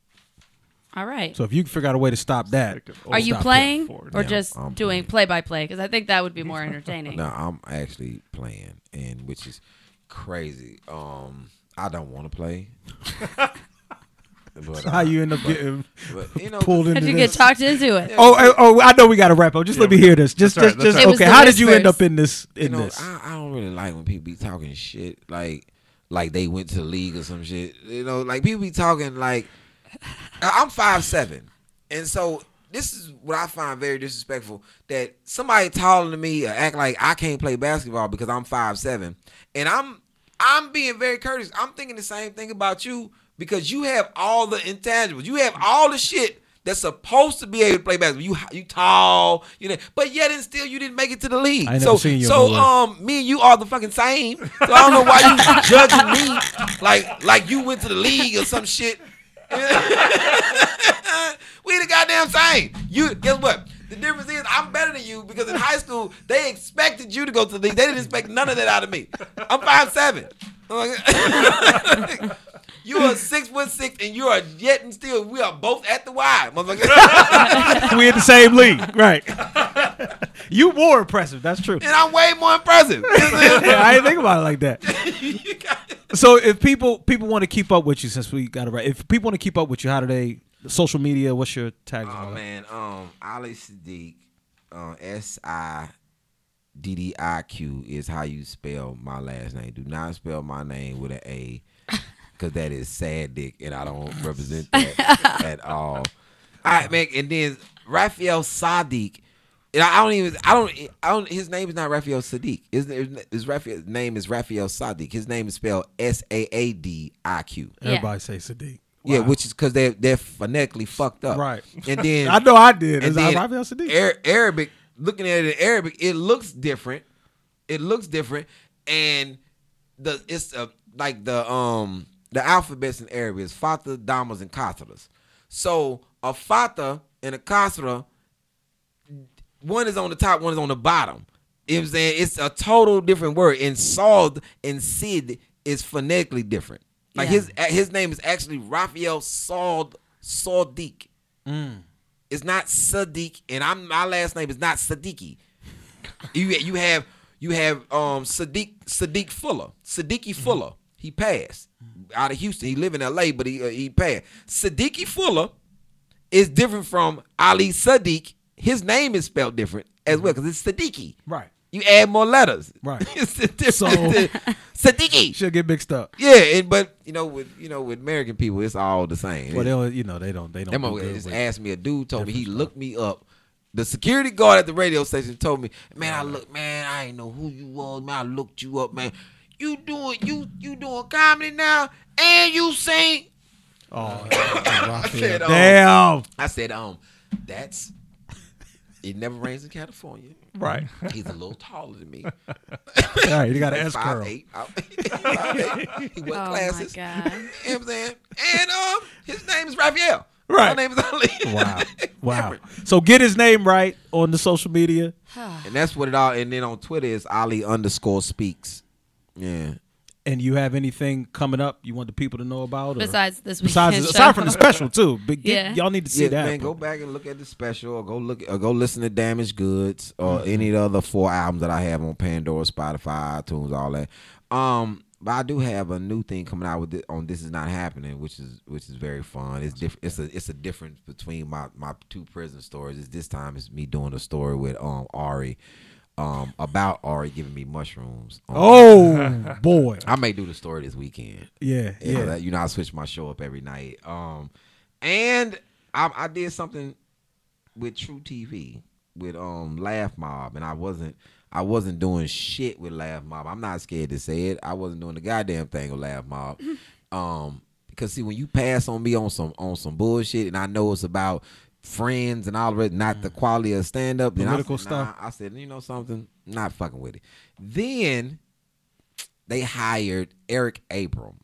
[SPEAKER 5] All right.
[SPEAKER 3] So if you can figure out a way to stop that,
[SPEAKER 5] Are you
[SPEAKER 3] stop
[SPEAKER 5] playing
[SPEAKER 4] Ford.
[SPEAKER 5] or
[SPEAKER 7] Yeah,
[SPEAKER 5] just
[SPEAKER 7] I'm
[SPEAKER 5] doing
[SPEAKER 7] playing.
[SPEAKER 5] play by play? Because I think that would be more entertaining.
[SPEAKER 7] No, I'm actually playing, and which is crazy. Um, I don't want to play. but
[SPEAKER 3] how
[SPEAKER 7] I-
[SPEAKER 3] you end up getting
[SPEAKER 7] but, you know,
[SPEAKER 3] pulled
[SPEAKER 5] How'd
[SPEAKER 3] into
[SPEAKER 5] you get
[SPEAKER 3] this?
[SPEAKER 5] talked into it?
[SPEAKER 3] Oh, oh, oh, I know we got to wrap up. Just let me
[SPEAKER 4] we-
[SPEAKER 3] hear this. Just,
[SPEAKER 4] that's
[SPEAKER 3] just,
[SPEAKER 4] all right,
[SPEAKER 3] just.
[SPEAKER 5] that's all right.
[SPEAKER 3] Okay,
[SPEAKER 5] It was
[SPEAKER 3] how
[SPEAKER 5] the
[SPEAKER 3] did you end
[SPEAKER 5] whispers.
[SPEAKER 3] up in this?
[SPEAKER 7] you
[SPEAKER 3] In
[SPEAKER 7] know,
[SPEAKER 3] this?
[SPEAKER 7] I, I don't really like when people be talking shit like like they went to the league or some shit. You know, like people be talking like I- I'm five seven, and so this is what I find very disrespectful that somebody taller than me act like I can't play basketball because I'm five seven, and I'm I'm being very courteous. I'm thinking the same thing about you because you have all the intangibles. You have all the shit that's supposed to be able to play basketball. You you tall, you know, but yet and still you didn't make it to the league.
[SPEAKER 3] I ain't
[SPEAKER 7] so
[SPEAKER 3] never seen you
[SPEAKER 7] so
[SPEAKER 3] nowhere.
[SPEAKER 7] um me and you are the fucking same. So I don't know why you judging me like like you went to the league or some shit. We the goddamn same. You guess what? The difference is I'm better than you because in high school they expected you to go to the league. They didn't expect none of that out of me. I'm five seven. you are six foot six, and you are yet and still we are both at the Y, motherfucker.
[SPEAKER 3] we in the same league, right? you more impressive. That's true.
[SPEAKER 7] and I'm way more impressive.
[SPEAKER 3] I didn't think about it like that.
[SPEAKER 7] You got-
[SPEAKER 3] So if people people want to keep up with you, since we got it right, if people want to keep up with you, how do they? Social media. What's your tag?
[SPEAKER 7] Oh man, um, Ali Sadiq, uh, S I D D I Q is how you spell my last name. Do not spell my name with an A, because that is sad dick, and I don't represent that at all. All right, man, and then Raphael Sadiq. And I I don't even. I don't. I don't. His name is not Raphael Sadiq. His, his Raphael, name is Raphael Sadiq. His name is spelled S A A D I Q.
[SPEAKER 5] Yeah.
[SPEAKER 3] Everybody say Sadiq.
[SPEAKER 7] Yeah, which is because they they're phonetically fucked up.
[SPEAKER 3] Right.
[SPEAKER 7] And then
[SPEAKER 3] I know I did. It's-
[SPEAKER 7] and
[SPEAKER 3] I-
[SPEAKER 7] then
[SPEAKER 3] I feel so deep.
[SPEAKER 7] Ar- Arabic, looking at it in Arabic, it looks different. It looks different, and the it's uh, like the um the alphabets in Arabic is fatha, damas, and katharas. So a fatha and a kathra, one is on the top, one is on the bottom. You know what I'm saying it's a total different word. And Saud and Sid is phonetically different. Like
[SPEAKER 5] Yeah.
[SPEAKER 7] his his name is actually Raphael Saud Saudik. It's not Sadiq, and I'm my last name is not Sadiki. You you have you have um Sadiq Sadiq Fuller,
[SPEAKER 3] Mm-hmm.
[SPEAKER 7] Sadiki Fuller. He passed out of Houston. He live in L.A., but he uh, he passed. Sadiki Fuller is different from Ali Sadiq. His name is spelled different as well because it's Sadiki.
[SPEAKER 3] Mm-hmm. Right.
[SPEAKER 7] You add more letters.
[SPEAKER 3] Right.
[SPEAKER 7] it's a different
[SPEAKER 3] So-
[SPEAKER 7] Sadiki.
[SPEAKER 3] She'll get mixed up.
[SPEAKER 7] Yeah, and but you know with you know with American people, it's all the same.
[SPEAKER 3] Well, they don't, you know, they don't. They don't.
[SPEAKER 7] That
[SPEAKER 3] do
[SPEAKER 7] motherfucker
[SPEAKER 3] good
[SPEAKER 7] just
[SPEAKER 3] with-
[SPEAKER 7] asked me. A dude told me he looked me up. The security guard at the radio station told me, "Man, I look, man, I ain't know who you was, man. I looked you up, man. You doing, you you doing comedy now, and you sing."
[SPEAKER 3] Oh,
[SPEAKER 7] Uh, I said, um,
[SPEAKER 3] Damn.
[SPEAKER 7] I said, um, that's it. Never rains in California.
[SPEAKER 3] Right.
[SPEAKER 7] He's a little taller than me.
[SPEAKER 3] All right. You got an
[SPEAKER 7] He's
[SPEAKER 3] S curl.
[SPEAKER 7] 5'8". I- he went
[SPEAKER 5] Oh
[SPEAKER 7] classes.
[SPEAKER 5] my god.
[SPEAKER 7] You know what I'm saying? And um, his name is Raphael.
[SPEAKER 3] Right.
[SPEAKER 7] My name is Ali.
[SPEAKER 3] Wow. Wow. So get his name right on the social media.
[SPEAKER 7] And that's what it all. And then on Twitter is Ali underscore speaks. Yeah.
[SPEAKER 3] And you have anything coming up you want the people to know about? or-
[SPEAKER 5] Besides this
[SPEAKER 3] besides,
[SPEAKER 5] weekend
[SPEAKER 3] aside
[SPEAKER 5] show.
[SPEAKER 3] from the special too. But get,
[SPEAKER 5] Yeah.
[SPEAKER 3] y'all need to see
[SPEAKER 7] yeah,
[SPEAKER 3] that.
[SPEAKER 7] man, go back and look at the special, or go look, or go listen to Damaged Goods, or
[SPEAKER 3] Mm-hmm.
[SPEAKER 7] any of the other four albums that I have on Pandora, Spotify, iTunes, all that. Um, but I do have a new thing coming out with it on This Is Not Happening, which is which is very fun. It's different. It's a it's a difference between my my two prison stories. It's this time it's me doing a story with um Ari, um about Ari giving me mushrooms. Um,
[SPEAKER 3] Oh boy.
[SPEAKER 7] I may do the story this weekend.
[SPEAKER 3] Yeah.
[SPEAKER 7] Yeah,
[SPEAKER 3] Yeah.
[SPEAKER 7] That, you know, I switch my show up every night. Um, and I, I did something with True TV with um Laugh Mob, and I wasn't I wasn't doing shit with Laugh Mob. I'm not scared to say it. I wasn't doing the goddamn thing with Laugh Mob. Um, because see, when you pass on me on some on some bullshit, and I know it's about friends and all the rest, not the quality of stand up,
[SPEAKER 3] Mm. Political
[SPEAKER 7] I, said, nah.
[SPEAKER 3] stuff.
[SPEAKER 7] I said, you know something, not fucking with it. Then they hired Eric Abrams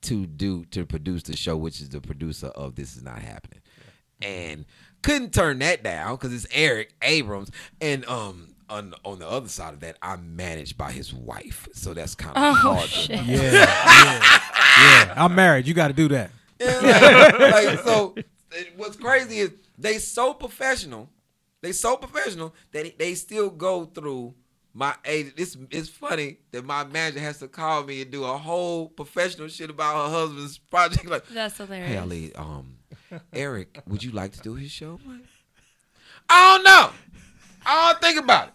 [SPEAKER 7] to do to produce the show, which is the producer of This Is Not Happening, and couldn't turn that down because it's Eric Abrams, and um on on the other side of that, I'm managed by his wife, so that's kind of hard. to-
[SPEAKER 3] Yeah. yeah. Yeah. I'm married. You got to do that.
[SPEAKER 7] yeah, like, like, so, it- what's crazy is they so professional, they so professional that it- they still go through my agent. It's it's funny that my manager has to call me and do a whole professional shit about her husband's project. Like,
[SPEAKER 5] That's hilarious.
[SPEAKER 7] hey, Ali, um, Eric, would you like to do his show? I'm like, I don't know. I don't think about it.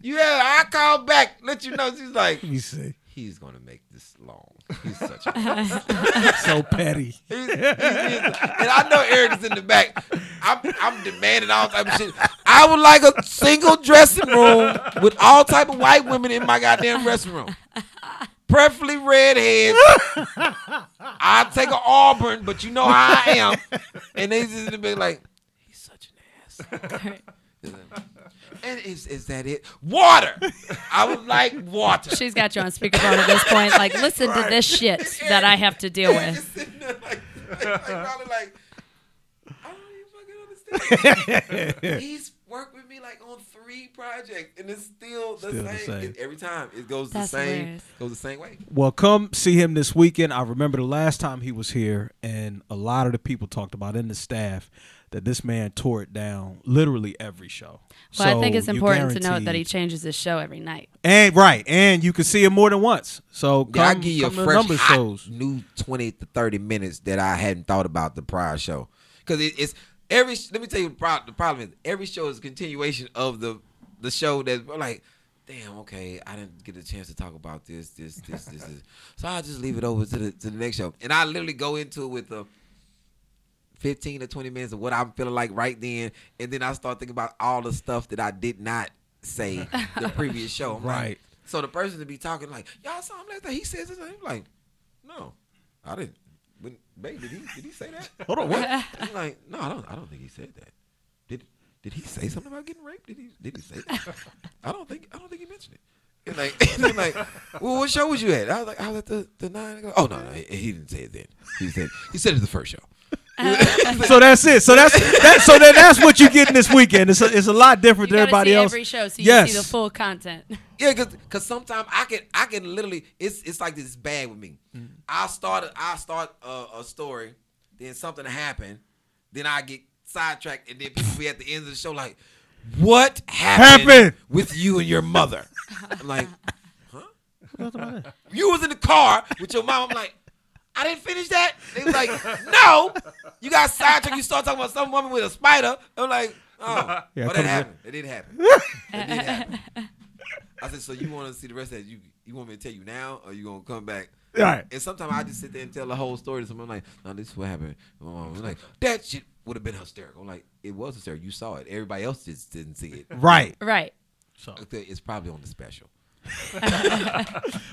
[SPEAKER 7] Yeah, I call back, let you know. She's like,
[SPEAKER 3] You see.
[SPEAKER 7] he's gonna make this long. He's such a
[SPEAKER 3] So petty.
[SPEAKER 7] He's- he's- he's- and I know Eric is in the back. I'm, I'm demanding all type of shit. I would like a single dressing room with all type of white women in my goddamn dressing room. Preferably redheads. I'll take an Auburn, but you know how I am. And they just in the back like, he's such an ass. And is, is that it? Water. I would like water.
[SPEAKER 5] She's got you on speakerphone at this point. Like, listen to this shit that I have to deal
[SPEAKER 7] Just
[SPEAKER 5] with.
[SPEAKER 7] sitting there like, like, probably like, I don't even fucking understand. He's worked with me like on three projects, and it's still the
[SPEAKER 3] Still the
[SPEAKER 7] same.
[SPEAKER 3] same.
[SPEAKER 7] It- every time it goes
[SPEAKER 5] That's
[SPEAKER 7] the same,
[SPEAKER 5] hilarious.
[SPEAKER 7] goes the same way.
[SPEAKER 3] Well, come see him this weekend. I remember the last time he was here, and a lot of the people talked about in the staff that this man tore it down literally every show.
[SPEAKER 5] Well,
[SPEAKER 3] So
[SPEAKER 5] I think it's
[SPEAKER 3] you're
[SPEAKER 5] important to note that he
[SPEAKER 3] guaranteed-
[SPEAKER 5] changes his show every night.
[SPEAKER 3] and right, and you can see him more than once. So come,
[SPEAKER 7] Yeah, I give you a
[SPEAKER 3] come to the
[SPEAKER 7] fresh
[SPEAKER 3] number
[SPEAKER 7] hot
[SPEAKER 3] shows.
[SPEAKER 7] new twenty to thirty minutes that I hadn't thought about the prior show because it, it's every. Let me tell you the problem. The problem is every show is a continuation of the the show that we're like. Damn. Okay, I didn't get a chance to talk about this, this, this, this, this. So I just leave it over to the to the next show, and I literally go into it with the. 15 to 20 minutes of what I'm feeling like right then. And then I start thinking about all the stuff that I did not say the previous show. I'm like-
[SPEAKER 3] Right.
[SPEAKER 7] so the person to be talking like, y'all saw him last night. He says this. I'm like, no, I didn't. When, babe, did he did he say that?
[SPEAKER 3] Hold on, what?
[SPEAKER 7] I'm like, no, I don't. I don't think he said that. Did did he say something about getting raped? Did he did he say that? I don't think I don't think he mentioned it. And like, and they're like, well, what show was you at? I was like, I was at the, the nine. o'clock." Oh no, no, he, he didn't say it then. He said he said it the first show.
[SPEAKER 3] so that's it. So that's that. So that, that's what you're getting this weekend. It's a, it's a lot different
[SPEAKER 5] You
[SPEAKER 3] than everybody
[SPEAKER 5] gotta see
[SPEAKER 3] else.
[SPEAKER 5] every show so you
[SPEAKER 3] yes.
[SPEAKER 5] can see the full content.
[SPEAKER 7] Yeah, cause, cause sometimes I can I can literally it's it's like this bag with me.
[SPEAKER 3] Mm-hmm.
[SPEAKER 7] I start I start a, a story, then something happened, then I get sidetracked, and then people be at the end of the show like, "What happened,
[SPEAKER 3] Happened.
[SPEAKER 7] with you and your mother?" I'm like, "Huh? you was in the car with your mom." I'm like. I didn't finish that. They was like, no, you got sidetracked. You start talking about some woman with a spider. I'm like, oh,
[SPEAKER 3] Yeah, come
[SPEAKER 7] but it
[SPEAKER 3] here.
[SPEAKER 7] happened. It did happen. It did happen. I said, so you want to see the rest of that? You you want me to tell you now, or you gonna come back?
[SPEAKER 3] All right.
[SPEAKER 7] And sometimes I just sit there and tell the whole story to someone. I'm like, no, this is what happened. My mom was like, that shit would have been hysterical. I'm like, it was hysterical. You saw it. Everybody else just didn't see it.
[SPEAKER 3] Right.
[SPEAKER 5] Right.
[SPEAKER 7] It's probably on the special.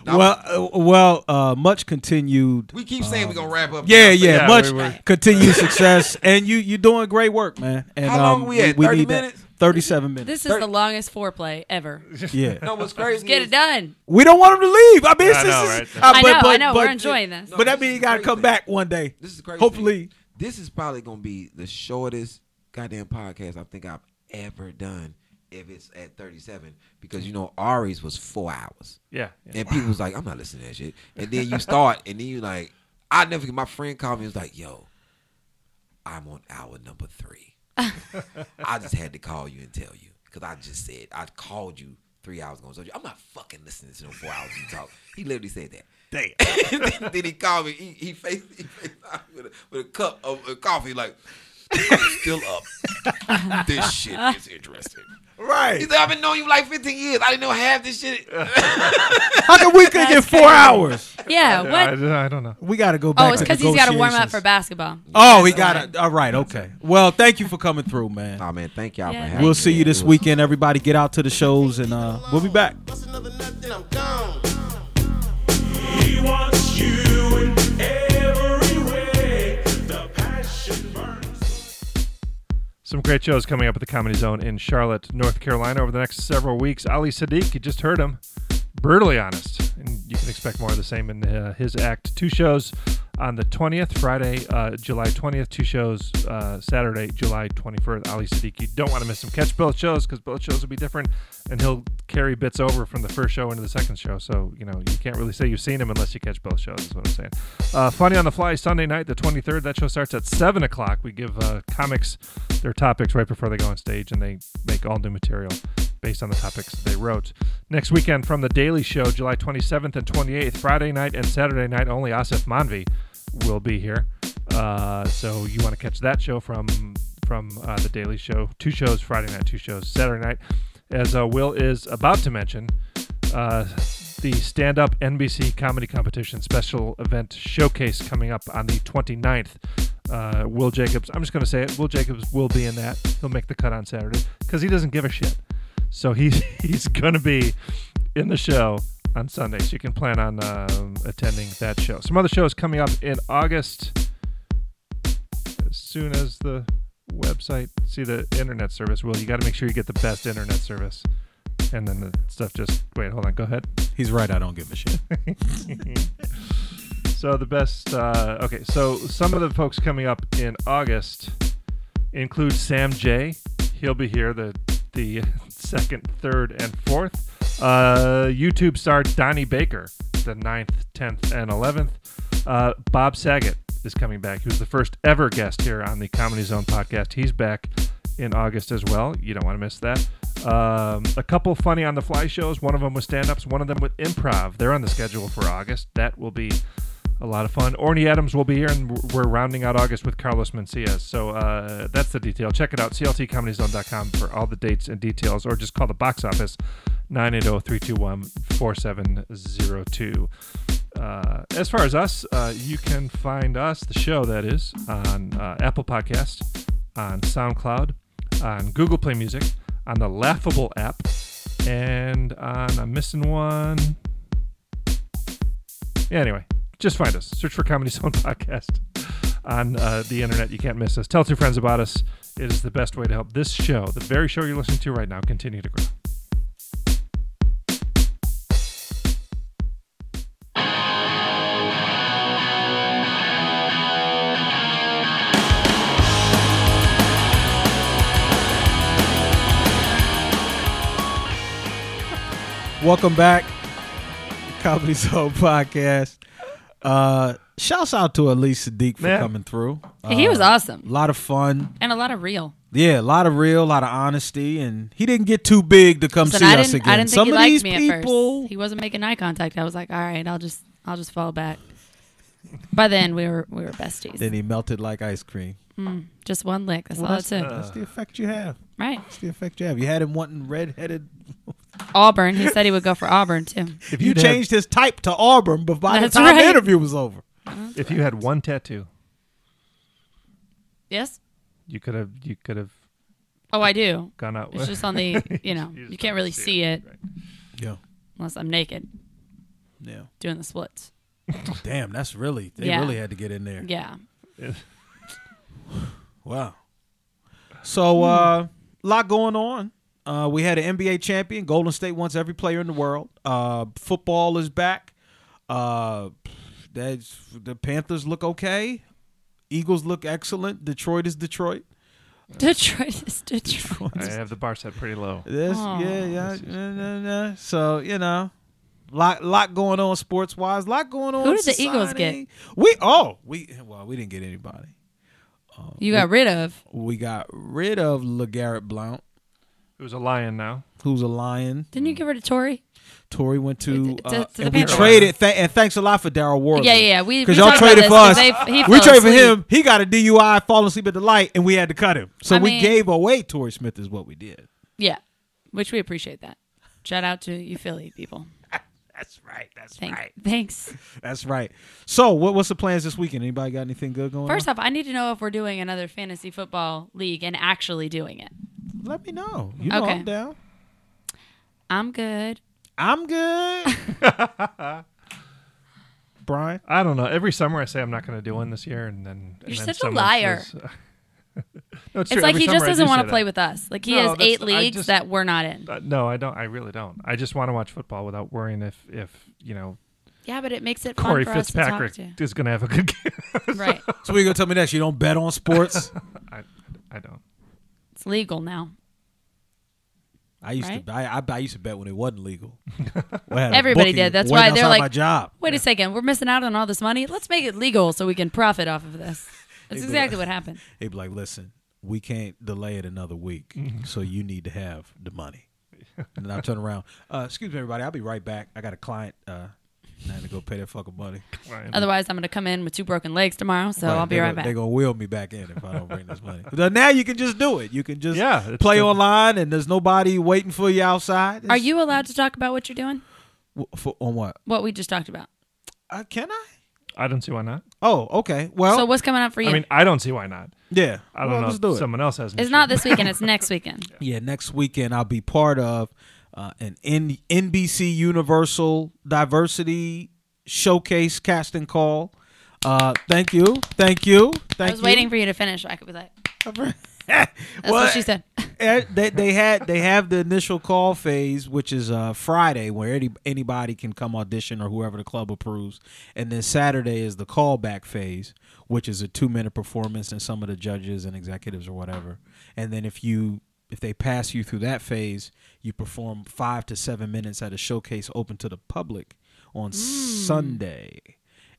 [SPEAKER 3] Well, uh, well, uh, much continued.
[SPEAKER 7] We keep saying we're gonna wrap up.
[SPEAKER 3] Um, Yeah,
[SPEAKER 7] now, but
[SPEAKER 3] yeah,
[SPEAKER 4] Yeah,
[SPEAKER 3] much
[SPEAKER 4] we were-
[SPEAKER 3] continued success, and you you doing great work, man. And
[SPEAKER 7] How long
[SPEAKER 3] um,
[SPEAKER 7] we at? 30
[SPEAKER 3] need that.
[SPEAKER 7] minutes?
[SPEAKER 3] Thirty-seven minutes.
[SPEAKER 5] This is the longest foreplay ever.
[SPEAKER 3] yeah,
[SPEAKER 7] No, what's crazy?
[SPEAKER 5] Get
[SPEAKER 7] is-
[SPEAKER 5] it done.
[SPEAKER 3] we don't want him to leave. I mean,
[SPEAKER 4] I
[SPEAKER 3] it's,
[SPEAKER 4] know,
[SPEAKER 3] it's-
[SPEAKER 4] right?
[SPEAKER 3] uh,
[SPEAKER 5] I
[SPEAKER 3] but-
[SPEAKER 5] know, I
[SPEAKER 3] but-
[SPEAKER 5] know.
[SPEAKER 3] but-
[SPEAKER 5] We're enjoying this.
[SPEAKER 3] But that
[SPEAKER 7] this
[SPEAKER 3] means you
[SPEAKER 7] is
[SPEAKER 3] gotta
[SPEAKER 7] crazy.
[SPEAKER 3] come back one day.
[SPEAKER 7] This is crazy.
[SPEAKER 3] Hopefully,
[SPEAKER 7] this is probably gonna be the shortest goddamn podcast I think I've ever done. If it's at 37, because you know Ari's was four hours.
[SPEAKER 4] Yeah. yeah.
[SPEAKER 7] And people was like, I'm not listening to that shit. And then you start, and then you like, I never get. My friend called me and was like, Yo, I'm on hour number three. I just had to call you and tell you because I just said I called you three hours ago. and told you I'm not fucking listening to no four hours you talk. He literally said that. Damn. then, then he called me. He, he faced, he faced out with, a, with a cup of uh, coffee like. I'm still up. this shit is interesting.
[SPEAKER 3] right?
[SPEAKER 7] He said, I've been knowing you like 15 years. I didn't know half this shit.
[SPEAKER 3] How come we could get four hours?
[SPEAKER 4] I,
[SPEAKER 5] Yeah. What?
[SPEAKER 4] I don't know.
[SPEAKER 3] We got to go back.
[SPEAKER 5] Oh, it's
[SPEAKER 3] to
[SPEAKER 5] because he's got to warm up
[SPEAKER 3] negotiations.
[SPEAKER 5] for basketball.
[SPEAKER 3] Oh, we got to. All right, okay. Well, thank you for coming through, man.
[SPEAKER 7] Oh man, thank y'all
[SPEAKER 5] Yeah.
[SPEAKER 7] for having me.
[SPEAKER 3] We'll see you
[SPEAKER 7] man.
[SPEAKER 3] this
[SPEAKER 7] It was-
[SPEAKER 3] weekend. Everybody, get out to the shows, and uh, we'll be back.
[SPEAKER 6] That's another nut, then I'm gone.
[SPEAKER 8] He wants you in every way. The passion burns.
[SPEAKER 4] Some great shows coming up at the Comedy Zone in Charlotte, North Carolina over the next several weeks. Ali Sadiq, you just heard him, brutally honest. And you can expect more of the same in uh, his act. Two shows on the 20th, Friday, uh, July 20th. Two shows uh, Saturday, July 21st. Ali Sadiq, you don't want to miss them. Catch both shows because both shows will be different. And he'll carry bits over from the first show into the second show. So, you know, you can't really say you've seen him unless you catch both shows, is what I'm saying. Uh, Funny on the Fly, Sunday night, the 23rd. That show starts at 7 o'clock. We give uh, comics their topics right before they go on stage, and they make all new material based on the topics they wrote. Next weekend from The Daily Show, July 27th and 28th, Friday night and Saturday night, only Asif Manvi will be here. Uh, so you want to catch that show from from uh, The Daily Show. Two shows Friday night, two shows Saturday night. As uh, Will is about to mention, uh, the stand up NBC comedy competition special event showcase coming up on the 29th. Uh, Will Jacobs, I'm just going to say it. Will Jacobs will be in that. He'll make the cut on Saturday because he doesn't give a shit. So he's, he's going to be in the show on Sunday. So you can plan on um, attending that show. Some other shows coming up in August as soon as the website, see the internet service. Will, you got to make sure you get the best internet service. And then the stuff just wait. Hold on. Go ahead.
[SPEAKER 3] He's right. I don't give a shit.
[SPEAKER 4] So the best. Uh, okay. So some of the folks coming up in August include Sam J. He'll be here the the second, third, and fourth. Uh, YouTube star Donnie Baker, the 9th, tenth, and eleventh. Uh, Bob Saget is coming back. He was the first ever guest here on the Comedy Zone podcast. He's back in August as well. You don't want to miss that. Um, a couple funny on the fly shows. One of them with stand ups. One of them with improv. They're on the schedule for August. That will be a lot of fun. Orny Adams will be here, and w- we're rounding out August with Carlos Mencia. So uh, that's the detail. Check it out, cltcomedyzone.com for all the dates and details, or just call the box office, 980-321-4702. Uh, as far as us, uh, you can find us, the show that is, on uh, Apple Podcast, on SoundCloud, on Google Play Music, on the Laughable app, and on I'm missing one. Yeah, anyway, Just find us. Search for Comedy Zone Podcast on uh, the internet. You can't miss us. Tell two friends about us. It is the best way to help this show, the very show you're listening to right now, continue to grow.
[SPEAKER 3] Welcome back, Comedy Soul Podcast. Uh, shouts out to Elise Sadiq for
[SPEAKER 4] Man.
[SPEAKER 3] coming through. A
[SPEAKER 5] he was awesome
[SPEAKER 3] lot of fun.
[SPEAKER 5] and a lot of real.
[SPEAKER 3] Yeah, a lot of real, a lot of honesty, and he didn't get too big to come
[SPEAKER 5] Listen,
[SPEAKER 3] see
[SPEAKER 5] I
[SPEAKER 3] us
[SPEAKER 5] didn't.
[SPEAKER 3] again.
[SPEAKER 5] I didn't think
[SPEAKER 3] Some
[SPEAKER 5] he
[SPEAKER 3] of
[SPEAKER 5] liked
[SPEAKER 3] these
[SPEAKER 5] me at
[SPEAKER 3] people,
[SPEAKER 5] first. He wasn't making eye contact. I was like, all right, I'll just, I'll just fall back. By then, we were, we were besties.
[SPEAKER 3] then he melted like ice cream.
[SPEAKER 5] just one lick. That's all it took.
[SPEAKER 3] That's
[SPEAKER 4] Uh.
[SPEAKER 3] the effect you have.
[SPEAKER 5] right.
[SPEAKER 3] That's the effect you have. You had him wanting red-headed.
[SPEAKER 5] Auburn. He said he would go for Auburn too.
[SPEAKER 4] If
[SPEAKER 3] You
[SPEAKER 4] you'd
[SPEAKER 3] changed his type to Auburn, but by
[SPEAKER 5] That's
[SPEAKER 3] the time
[SPEAKER 5] right.
[SPEAKER 3] the interview was over,
[SPEAKER 4] had, if you had one tattoo,
[SPEAKER 5] Yes.
[SPEAKER 4] you could have you could have
[SPEAKER 5] Oh, I do.
[SPEAKER 4] gone out
[SPEAKER 5] It's
[SPEAKER 4] with
[SPEAKER 5] just on the. You know, you,
[SPEAKER 4] just
[SPEAKER 5] can't
[SPEAKER 4] don't
[SPEAKER 5] really
[SPEAKER 4] see
[SPEAKER 5] see it,
[SPEAKER 3] yeah,
[SPEAKER 5] unless I'm naked
[SPEAKER 3] yeah.
[SPEAKER 5] doing the splits.
[SPEAKER 3] Damn, that's really they
[SPEAKER 5] Yeah.
[SPEAKER 3] really had to get in there.
[SPEAKER 5] Yeah.
[SPEAKER 3] Wow. So uh lot going on. Uh we had an NBA champion. Golden State wants every player in the world. Uh football is back. Uh that's the Panthers look okay. Eagles look excellent. Detroit is Detroit.
[SPEAKER 5] Detroit is Detroit.
[SPEAKER 4] I have the bar set pretty low.
[SPEAKER 3] This
[SPEAKER 5] Aw.
[SPEAKER 3] yeah, yeah, yeah, yeah, yeah. So, you know, lot lot going on sports wise. Lot going on.
[SPEAKER 5] Who did the Eagles
[SPEAKER 3] society. We oh, we well, we didn't get anybody.
[SPEAKER 5] You got rid of.
[SPEAKER 3] We got rid of LeGarrette Blount,
[SPEAKER 4] It was a lion now.
[SPEAKER 3] who's a lion.
[SPEAKER 5] Didn't you get rid of Tory?
[SPEAKER 3] Tory went to,
[SPEAKER 5] To-
[SPEAKER 3] uh,
[SPEAKER 5] to the
[SPEAKER 3] and we
[SPEAKER 5] Panthers.
[SPEAKER 3] traded. Th- and thanks a lot for Daryl Worley.
[SPEAKER 5] Yeah, yeah, yeah. We-
[SPEAKER 3] because
[SPEAKER 5] we
[SPEAKER 3] y'all
[SPEAKER 5] talked about
[SPEAKER 3] traded
[SPEAKER 5] this,
[SPEAKER 3] for us.
[SPEAKER 5] 'cause they-
[SPEAKER 3] we
[SPEAKER 5] he fell
[SPEAKER 3] traded for
[SPEAKER 5] asleep.
[SPEAKER 3] him. He got a DUI, falling asleep at the light, and we had to cut him. So
[SPEAKER 5] I
[SPEAKER 3] we
[SPEAKER 5] mean-
[SPEAKER 3] gave away Tory Smith is what we did.
[SPEAKER 5] Yeah. Which we appreciate that. Shout out to you Philly people.
[SPEAKER 3] That's right. That's
[SPEAKER 5] Thank, Thanks.
[SPEAKER 3] That's right. So what, what's the plans this weekend? Anybody got anything good going?
[SPEAKER 5] First
[SPEAKER 3] on?
[SPEAKER 5] off, I need to know if we're doing another fantasy football league and actually doing it.
[SPEAKER 3] let me know. You know
[SPEAKER 5] Okay.
[SPEAKER 3] I'm down.
[SPEAKER 5] I'm good.
[SPEAKER 3] I'm good. Brian,
[SPEAKER 4] I don't know. Every summer I say I'm not going to do one this year, and then and
[SPEAKER 5] You're
[SPEAKER 4] then
[SPEAKER 5] such a
[SPEAKER 4] someone
[SPEAKER 5] liar.
[SPEAKER 4] says- No,
[SPEAKER 5] It's like he just doesn't
[SPEAKER 4] want to
[SPEAKER 5] play with us. Like he
[SPEAKER 4] No,
[SPEAKER 5] has
[SPEAKER 4] that's-
[SPEAKER 5] eight
[SPEAKER 4] I
[SPEAKER 5] leagues
[SPEAKER 4] just-
[SPEAKER 5] that we're not in.
[SPEAKER 4] Uh, no, I don't. I really don't. I just want to watch football without worrying if if you know
[SPEAKER 5] Yeah, but it makes it
[SPEAKER 4] Corey
[SPEAKER 5] fun for
[SPEAKER 4] Fitzpatrick
[SPEAKER 5] us to talk
[SPEAKER 4] is going to have a good game.
[SPEAKER 5] to. Right.
[SPEAKER 3] so we gonna tell me that you don't bet on sports?
[SPEAKER 4] I, I don't.
[SPEAKER 5] It's legal now.
[SPEAKER 3] I used
[SPEAKER 5] Right?
[SPEAKER 3] to. I, I, I used to bet when it wasn't legal. Well, I had a
[SPEAKER 5] Everybody
[SPEAKER 3] bookie
[SPEAKER 5] did. That's
[SPEAKER 3] waiting
[SPEAKER 5] why they're
[SPEAKER 3] outside
[SPEAKER 5] like,
[SPEAKER 3] my job.
[SPEAKER 5] Wait a second, we're missing out on all this money. Let's make it legal so we can profit off of this. That's
[SPEAKER 3] They
[SPEAKER 5] exactly what happened.
[SPEAKER 3] They'd be like, listen, we can't delay it another week,
[SPEAKER 4] Mm-hmm.
[SPEAKER 3] so you need to have the money. And then I turn around. Uh, excuse me, everybody. I'll be right back. I got a client. Uh, and I had to go pay that fucking money.
[SPEAKER 4] Ryan.
[SPEAKER 5] Otherwise, I'm going to come in with two broken legs tomorrow, so I'll be
[SPEAKER 3] They
[SPEAKER 5] right
[SPEAKER 3] gonna-
[SPEAKER 5] back.
[SPEAKER 3] They gonna wheel me back in if I don't bring this money. But now you can just do it. You can just
[SPEAKER 4] Yeah, it's
[SPEAKER 3] play
[SPEAKER 4] the-
[SPEAKER 3] online, and there's nobody waiting for you outside.
[SPEAKER 5] Are
[SPEAKER 3] It's-
[SPEAKER 5] you allowed to talk about what you're doing?
[SPEAKER 3] W- for, on what?
[SPEAKER 5] What we just talked about.
[SPEAKER 3] Uh, can I?
[SPEAKER 4] I don't see why not.
[SPEAKER 3] Oh, okay. Well,
[SPEAKER 5] So what's coming up for you?
[SPEAKER 4] I mean, I don't see why not.
[SPEAKER 3] yeah.
[SPEAKER 4] I don't
[SPEAKER 3] Well,
[SPEAKER 4] know.
[SPEAKER 3] Let's
[SPEAKER 4] if
[SPEAKER 3] do it.
[SPEAKER 4] Someone else has. an
[SPEAKER 5] it's
[SPEAKER 4] issue.
[SPEAKER 5] not this weekend. It's next weekend.
[SPEAKER 3] Yeah, next weekend I'll be part of uh, an N- NBC Universal Diversity Showcase casting call. Uh, thank you, thank you, thank
[SPEAKER 5] I was
[SPEAKER 3] you.
[SPEAKER 5] waiting for you to finish. so I could be like, that's
[SPEAKER 3] Well,
[SPEAKER 5] what she said.
[SPEAKER 3] eh, They, they had they have the initial call phase, which is uh, Friday, where any, anybody can come audition or whoever the club approves, and then Saturday is the callback phase, which is a two minute performance and some of the judges and executives or whatever. And then if you if they pass you through that phase, you perform five to seven minutes at a showcase open to the public on Sunday,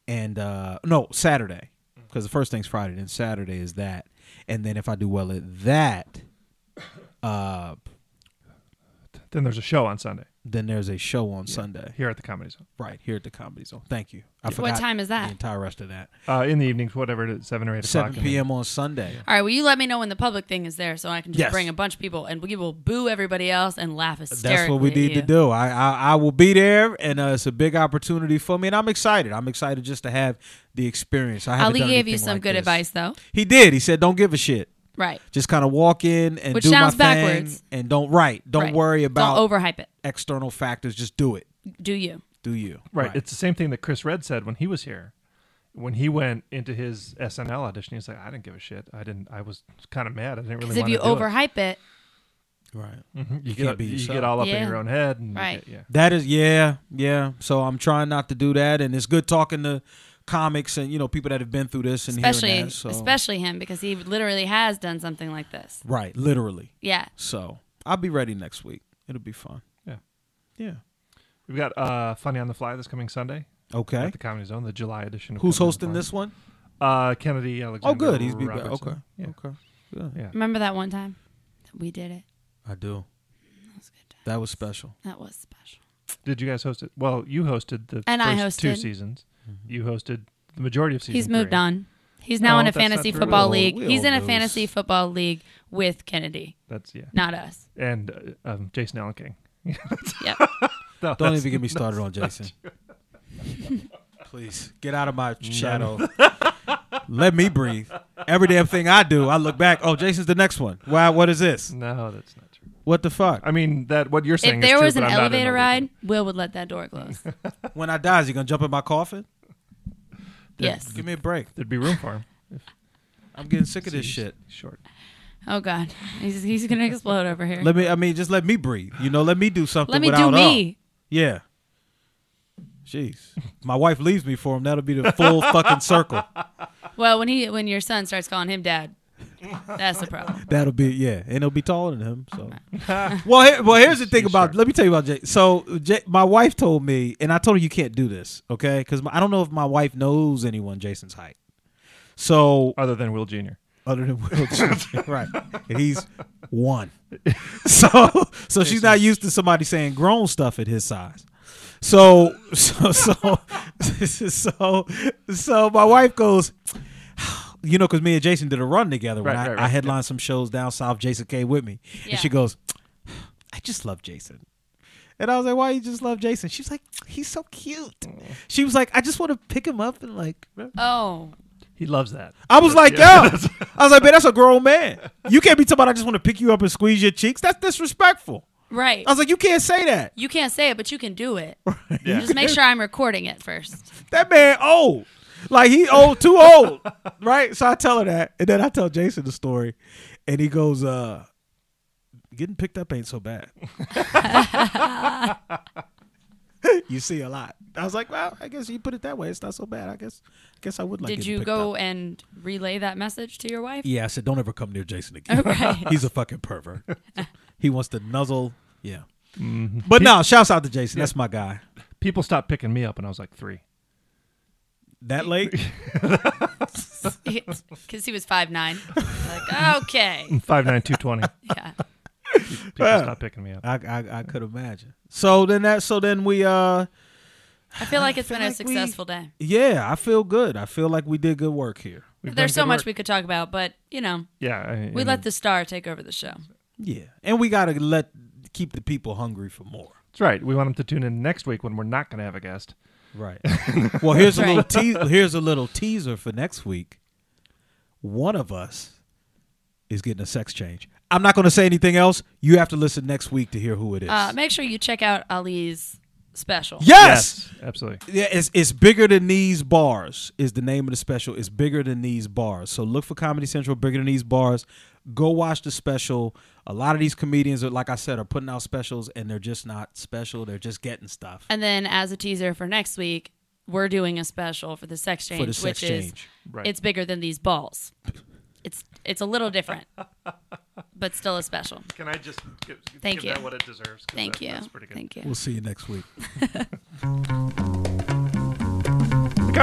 [SPEAKER 3] and uh, no Saturday. Because the first thing's Friday, then Saturday is that, and then if I do well at that, uh,
[SPEAKER 4] Then there's a show on Sunday
[SPEAKER 3] then there's a show on Sunday,
[SPEAKER 4] here at the Comedy Zone
[SPEAKER 3] right here at the Comedy Zone. Thank you. I
[SPEAKER 5] What time is that?
[SPEAKER 3] The entire rest of that.
[SPEAKER 4] uh, in the evenings, whatever it is, seven or eight o'clock.
[SPEAKER 3] 7
[SPEAKER 4] and then-
[SPEAKER 3] p.m. on Sunday.
[SPEAKER 5] All right, well, you let me know when the public thing is there so I can just
[SPEAKER 3] Yes.
[SPEAKER 5] bring a bunch of people and we will boo everybody else and laugh hysterically.
[SPEAKER 3] That's what we
[SPEAKER 5] at
[SPEAKER 3] need
[SPEAKER 5] you.
[SPEAKER 3] to do. I, I I will be there, and uh, it's a big opportunity for me, and I'm excited. I'm excited just to have the experience. I haven't
[SPEAKER 5] Ali
[SPEAKER 3] done
[SPEAKER 5] gave you
[SPEAKER 3] anything
[SPEAKER 5] some
[SPEAKER 3] like
[SPEAKER 5] good
[SPEAKER 3] this.
[SPEAKER 5] advice, though.
[SPEAKER 3] He did. He said, "Don't give a shit.
[SPEAKER 5] Right.
[SPEAKER 3] Just kind of walk in and
[SPEAKER 5] Which
[SPEAKER 3] do
[SPEAKER 5] sounds
[SPEAKER 3] my thing,
[SPEAKER 5] backwards.
[SPEAKER 3] and don't write. Don't
[SPEAKER 5] Right.
[SPEAKER 3] worry about
[SPEAKER 5] Don't overhype it.
[SPEAKER 3] external factors. Just do it.
[SPEAKER 5] Do you?
[SPEAKER 3] do you.
[SPEAKER 4] Right. It's the same thing that Chris Red said when he was here. When he went into his SNL audition, he was like, "I didn't give a shit. I didn't. I was kind of mad. I didn't really."
[SPEAKER 5] Because
[SPEAKER 4] want
[SPEAKER 5] if you
[SPEAKER 4] to do it."
[SPEAKER 5] overhype it,
[SPEAKER 3] right.
[SPEAKER 4] Mm-hmm. you,
[SPEAKER 3] can't
[SPEAKER 4] get
[SPEAKER 3] be
[SPEAKER 4] you
[SPEAKER 3] yourself.
[SPEAKER 4] get all up in
[SPEAKER 5] Yeah.
[SPEAKER 4] your own head, and you
[SPEAKER 5] Right.
[SPEAKER 4] get- yeah.
[SPEAKER 3] That is, yeah, yeah. So I'm trying not to do that, and it's good talking to comics and you know people that have been through this and hearing
[SPEAKER 5] especially
[SPEAKER 3] that, so-
[SPEAKER 5] especially him, because he literally has done something like this.
[SPEAKER 3] right, literally.
[SPEAKER 5] Yeah.
[SPEAKER 3] So I'll be ready next week. It'll be fun.
[SPEAKER 4] Yeah.
[SPEAKER 3] Yeah.
[SPEAKER 4] We've got uh, Funny on the Fly this coming Sunday
[SPEAKER 3] Okay.
[SPEAKER 4] at the Comedy Zone, the July edition. Of
[SPEAKER 3] Who's
[SPEAKER 4] Comedy on the
[SPEAKER 3] hosting
[SPEAKER 4] Fly.
[SPEAKER 3] this one?
[SPEAKER 4] Uh, Kennedy Alexander.
[SPEAKER 3] Oh, good. He's be
[SPEAKER 4] Robertson.
[SPEAKER 3] okay.
[SPEAKER 4] Yeah.
[SPEAKER 3] Okay. Good.
[SPEAKER 4] Yeah.
[SPEAKER 5] Remember that one time we did it?
[SPEAKER 3] I do.
[SPEAKER 5] That was good.
[SPEAKER 3] That was special.
[SPEAKER 5] That was special.
[SPEAKER 4] Did you guys host it? Well, you hosted the
[SPEAKER 5] And I
[SPEAKER 4] first two
[SPEAKER 5] hosted.
[SPEAKER 4] seasons.
[SPEAKER 3] Mm-hmm.
[SPEAKER 4] You hosted the majority of season.
[SPEAKER 5] He's moved
[SPEAKER 4] three.
[SPEAKER 5] on. He's now
[SPEAKER 4] Oh,
[SPEAKER 5] in a
[SPEAKER 4] that's not
[SPEAKER 5] fantasy
[SPEAKER 4] true.
[SPEAKER 5] football
[SPEAKER 4] We all-
[SPEAKER 5] league.
[SPEAKER 3] we
[SPEAKER 5] He's
[SPEAKER 3] all
[SPEAKER 5] in a
[SPEAKER 3] lose.
[SPEAKER 5] fantasy football league with Kennedy,
[SPEAKER 4] That's yeah.
[SPEAKER 5] not us.
[SPEAKER 4] And uh, um, Jason Allen King.
[SPEAKER 5] Yep.
[SPEAKER 4] No,
[SPEAKER 3] Don't
[SPEAKER 4] that's-
[SPEAKER 3] even get me started on Jason. Please get out of my shadow. Let me breathe. Every damn thing I do, I look back. Oh, Jason's the next one. Wow, what is this?
[SPEAKER 4] No, that's not true.
[SPEAKER 3] What the fuck?
[SPEAKER 4] I mean that what you're saying.
[SPEAKER 5] if
[SPEAKER 4] is
[SPEAKER 5] there
[SPEAKER 4] true,
[SPEAKER 5] was an
[SPEAKER 4] but I'm not
[SPEAKER 5] elevator
[SPEAKER 4] an
[SPEAKER 5] ride, Will would let that door close.
[SPEAKER 3] When I die, is he gonna jump in my coffin?
[SPEAKER 5] yes.
[SPEAKER 3] Give me a break.
[SPEAKER 4] there'd be room for him.
[SPEAKER 3] I'm getting sick of this shit.
[SPEAKER 4] Short.
[SPEAKER 5] Oh God, he's he's gonna explode over here. Let,
[SPEAKER 3] Let me. I mean, just let me breathe. You know, let me do something.
[SPEAKER 5] me do
[SPEAKER 3] without all.
[SPEAKER 5] me.
[SPEAKER 3] Yeah. Jeez, my wife leaves me for him. That'll be the full fucking circle.
[SPEAKER 5] Well, when he when your son starts calling him dad, that's the problem.
[SPEAKER 3] That'll be yeah, and he'll be taller than him. So, well, here, well, here's the thing about. Let me tell you about Jay. So, Jay, my wife told me, and I told her you can't do this, okay? Because I don't know if my wife knows anyone Jason's height. So,
[SPEAKER 4] Other than Will Jr.
[SPEAKER 3] other than Will, Jr. right? And he's one. So, so she's not used to somebody saying grown stuff at his size. So, so, so, so, so my wife goes, you know, because me and Jason did a run together when
[SPEAKER 4] Right,
[SPEAKER 3] I,
[SPEAKER 4] right,
[SPEAKER 3] I
[SPEAKER 4] right.
[SPEAKER 3] headlined some shows down south. Jason came with me,
[SPEAKER 5] Yeah.
[SPEAKER 3] and she goes, I just love Jason. And I was like, why you just love Jason? She was like, he's so cute. She was like, I just want to pick him up and like
[SPEAKER 5] Oh,
[SPEAKER 4] He loves that.
[SPEAKER 3] I was like, yo. I was like, man, that's a grown man. You can't be talking about I just want to pick you up and squeeze your cheeks. That's disrespectful.
[SPEAKER 5] right.
[SPEAKER 3] I was like, you can't say that.
[SPEAKER 5] you can't say it, but you can do it.
[SPEAKER 4] Yeah.
[SPEAKER 5] Just make sure I'm recording it first.
[SPEAKER 3] That man old. Like he old, too old. right? So I tell her that. And then I tell Jason the story. And he goes, uh, getting picked up ain't so bad. you see a lot. I was like, well, I guess you put it that way. It's not so bad. I guess I guess I would like
[SPEAKER 5] Did
[SPEAKER 3] getting
[SPEAKER 5] you
[SPEAKER 3] picked
[SPEAKER 5] go
[SPEAKER 3] up.
[SPEAKER 5] and relay that message to your wife?
[SPEAKER 3] Yeah, I said, don't ever come near Jason again.
[SPEAKER 5] Okay.
[SPEAKER 3] He's a fucking pervert. he wants to nuzzle. Yeah. But no, shouts out to Jason. That's my guy.
[SPEAKER 4] People stopped picking me up when I was like three.
[SPEAKER 3] That late?
[SPEAKER 5] Because he was five nine. Like
[SPEAKER 3] Mm.
[SPEAKER 5] okay,
[SPEAKER 4] Five nine two twenty.
[SPEAKER 5] yeah.
[SPEAKER 4] People stopped picking me up.
[SPEAKER 3] I, I I could imagine. So then that so then we uh
[SPEAKER 5] I feel like it's
[SPEAKER 3] feel
[SPEAKER 5] been a
[SPEAKER 3] like we-
[SPEAKER 5] successful day.
[SPEAKER 3] yeah, I feel good. I feel like we did good work here.
[SPEAKER 4] We've
[SPEAKER 5] There's
[SPEAKER 4] done
[SPEAKER 5] so
[SPEAKER 4] good
[SPEAKER 5] much
[SPEAKER 4] work.
[SPEAKER 5] we could talk about, but you know,
[SPEAKER 4] Yeah, I,
[SPEAKER 5] we let the star take over the show.
[SPEAKER 3] Yeah. And we gotta let keep the people hungry for more.
[SPEAKER 4] That's right. We want them to tune in next week when we're not going to have a guest.
[SPEAKER 3] Right. well, here's a
[SPEAKER 5] Right.
[SPEAKER 3] little te- here's a little teaser for next week. One of us is getting a sex change. I'm not going to say anything else. You have to listen next week to hear who it is.
[SPEAKER 5] Uh, make sure you check out Ali's special.
[SPEAKER 3] yes!
[SPEAKER 4] absolutely.
[SPEAKER 3] Yeah, it's it's bigger than these bars is the name of the special. It's bigger than these bars. So look for Comedy Central, bigger than these bars. Go watch the special. A lot of these comedians are, like I said, are putting out specials and they're just not special. They're just getting stuff
[SPEAKER 5] And then as a teaser for next week, we're doing a special for the sex change,
[SPEAKER 3] for the sex
[SPEAKER 5] which is
[SPEAKER 3] change.
[SPEAKER 4] Right.
[SPEAKER 5] it's bigger than these balls. It's it's a little different, but still a special.
[SPEAKER 4] Can I just give,
[SPEAKER 5] Thank give that you.
[SPEAKER 4] what
[SPEAKER 5] what
[SPEAKER 4] it deserves?
[SPEAKER 5] Thank you. Thank you.
[SPEAKER 3] We'll see you next week.
[SPEAKER 4] The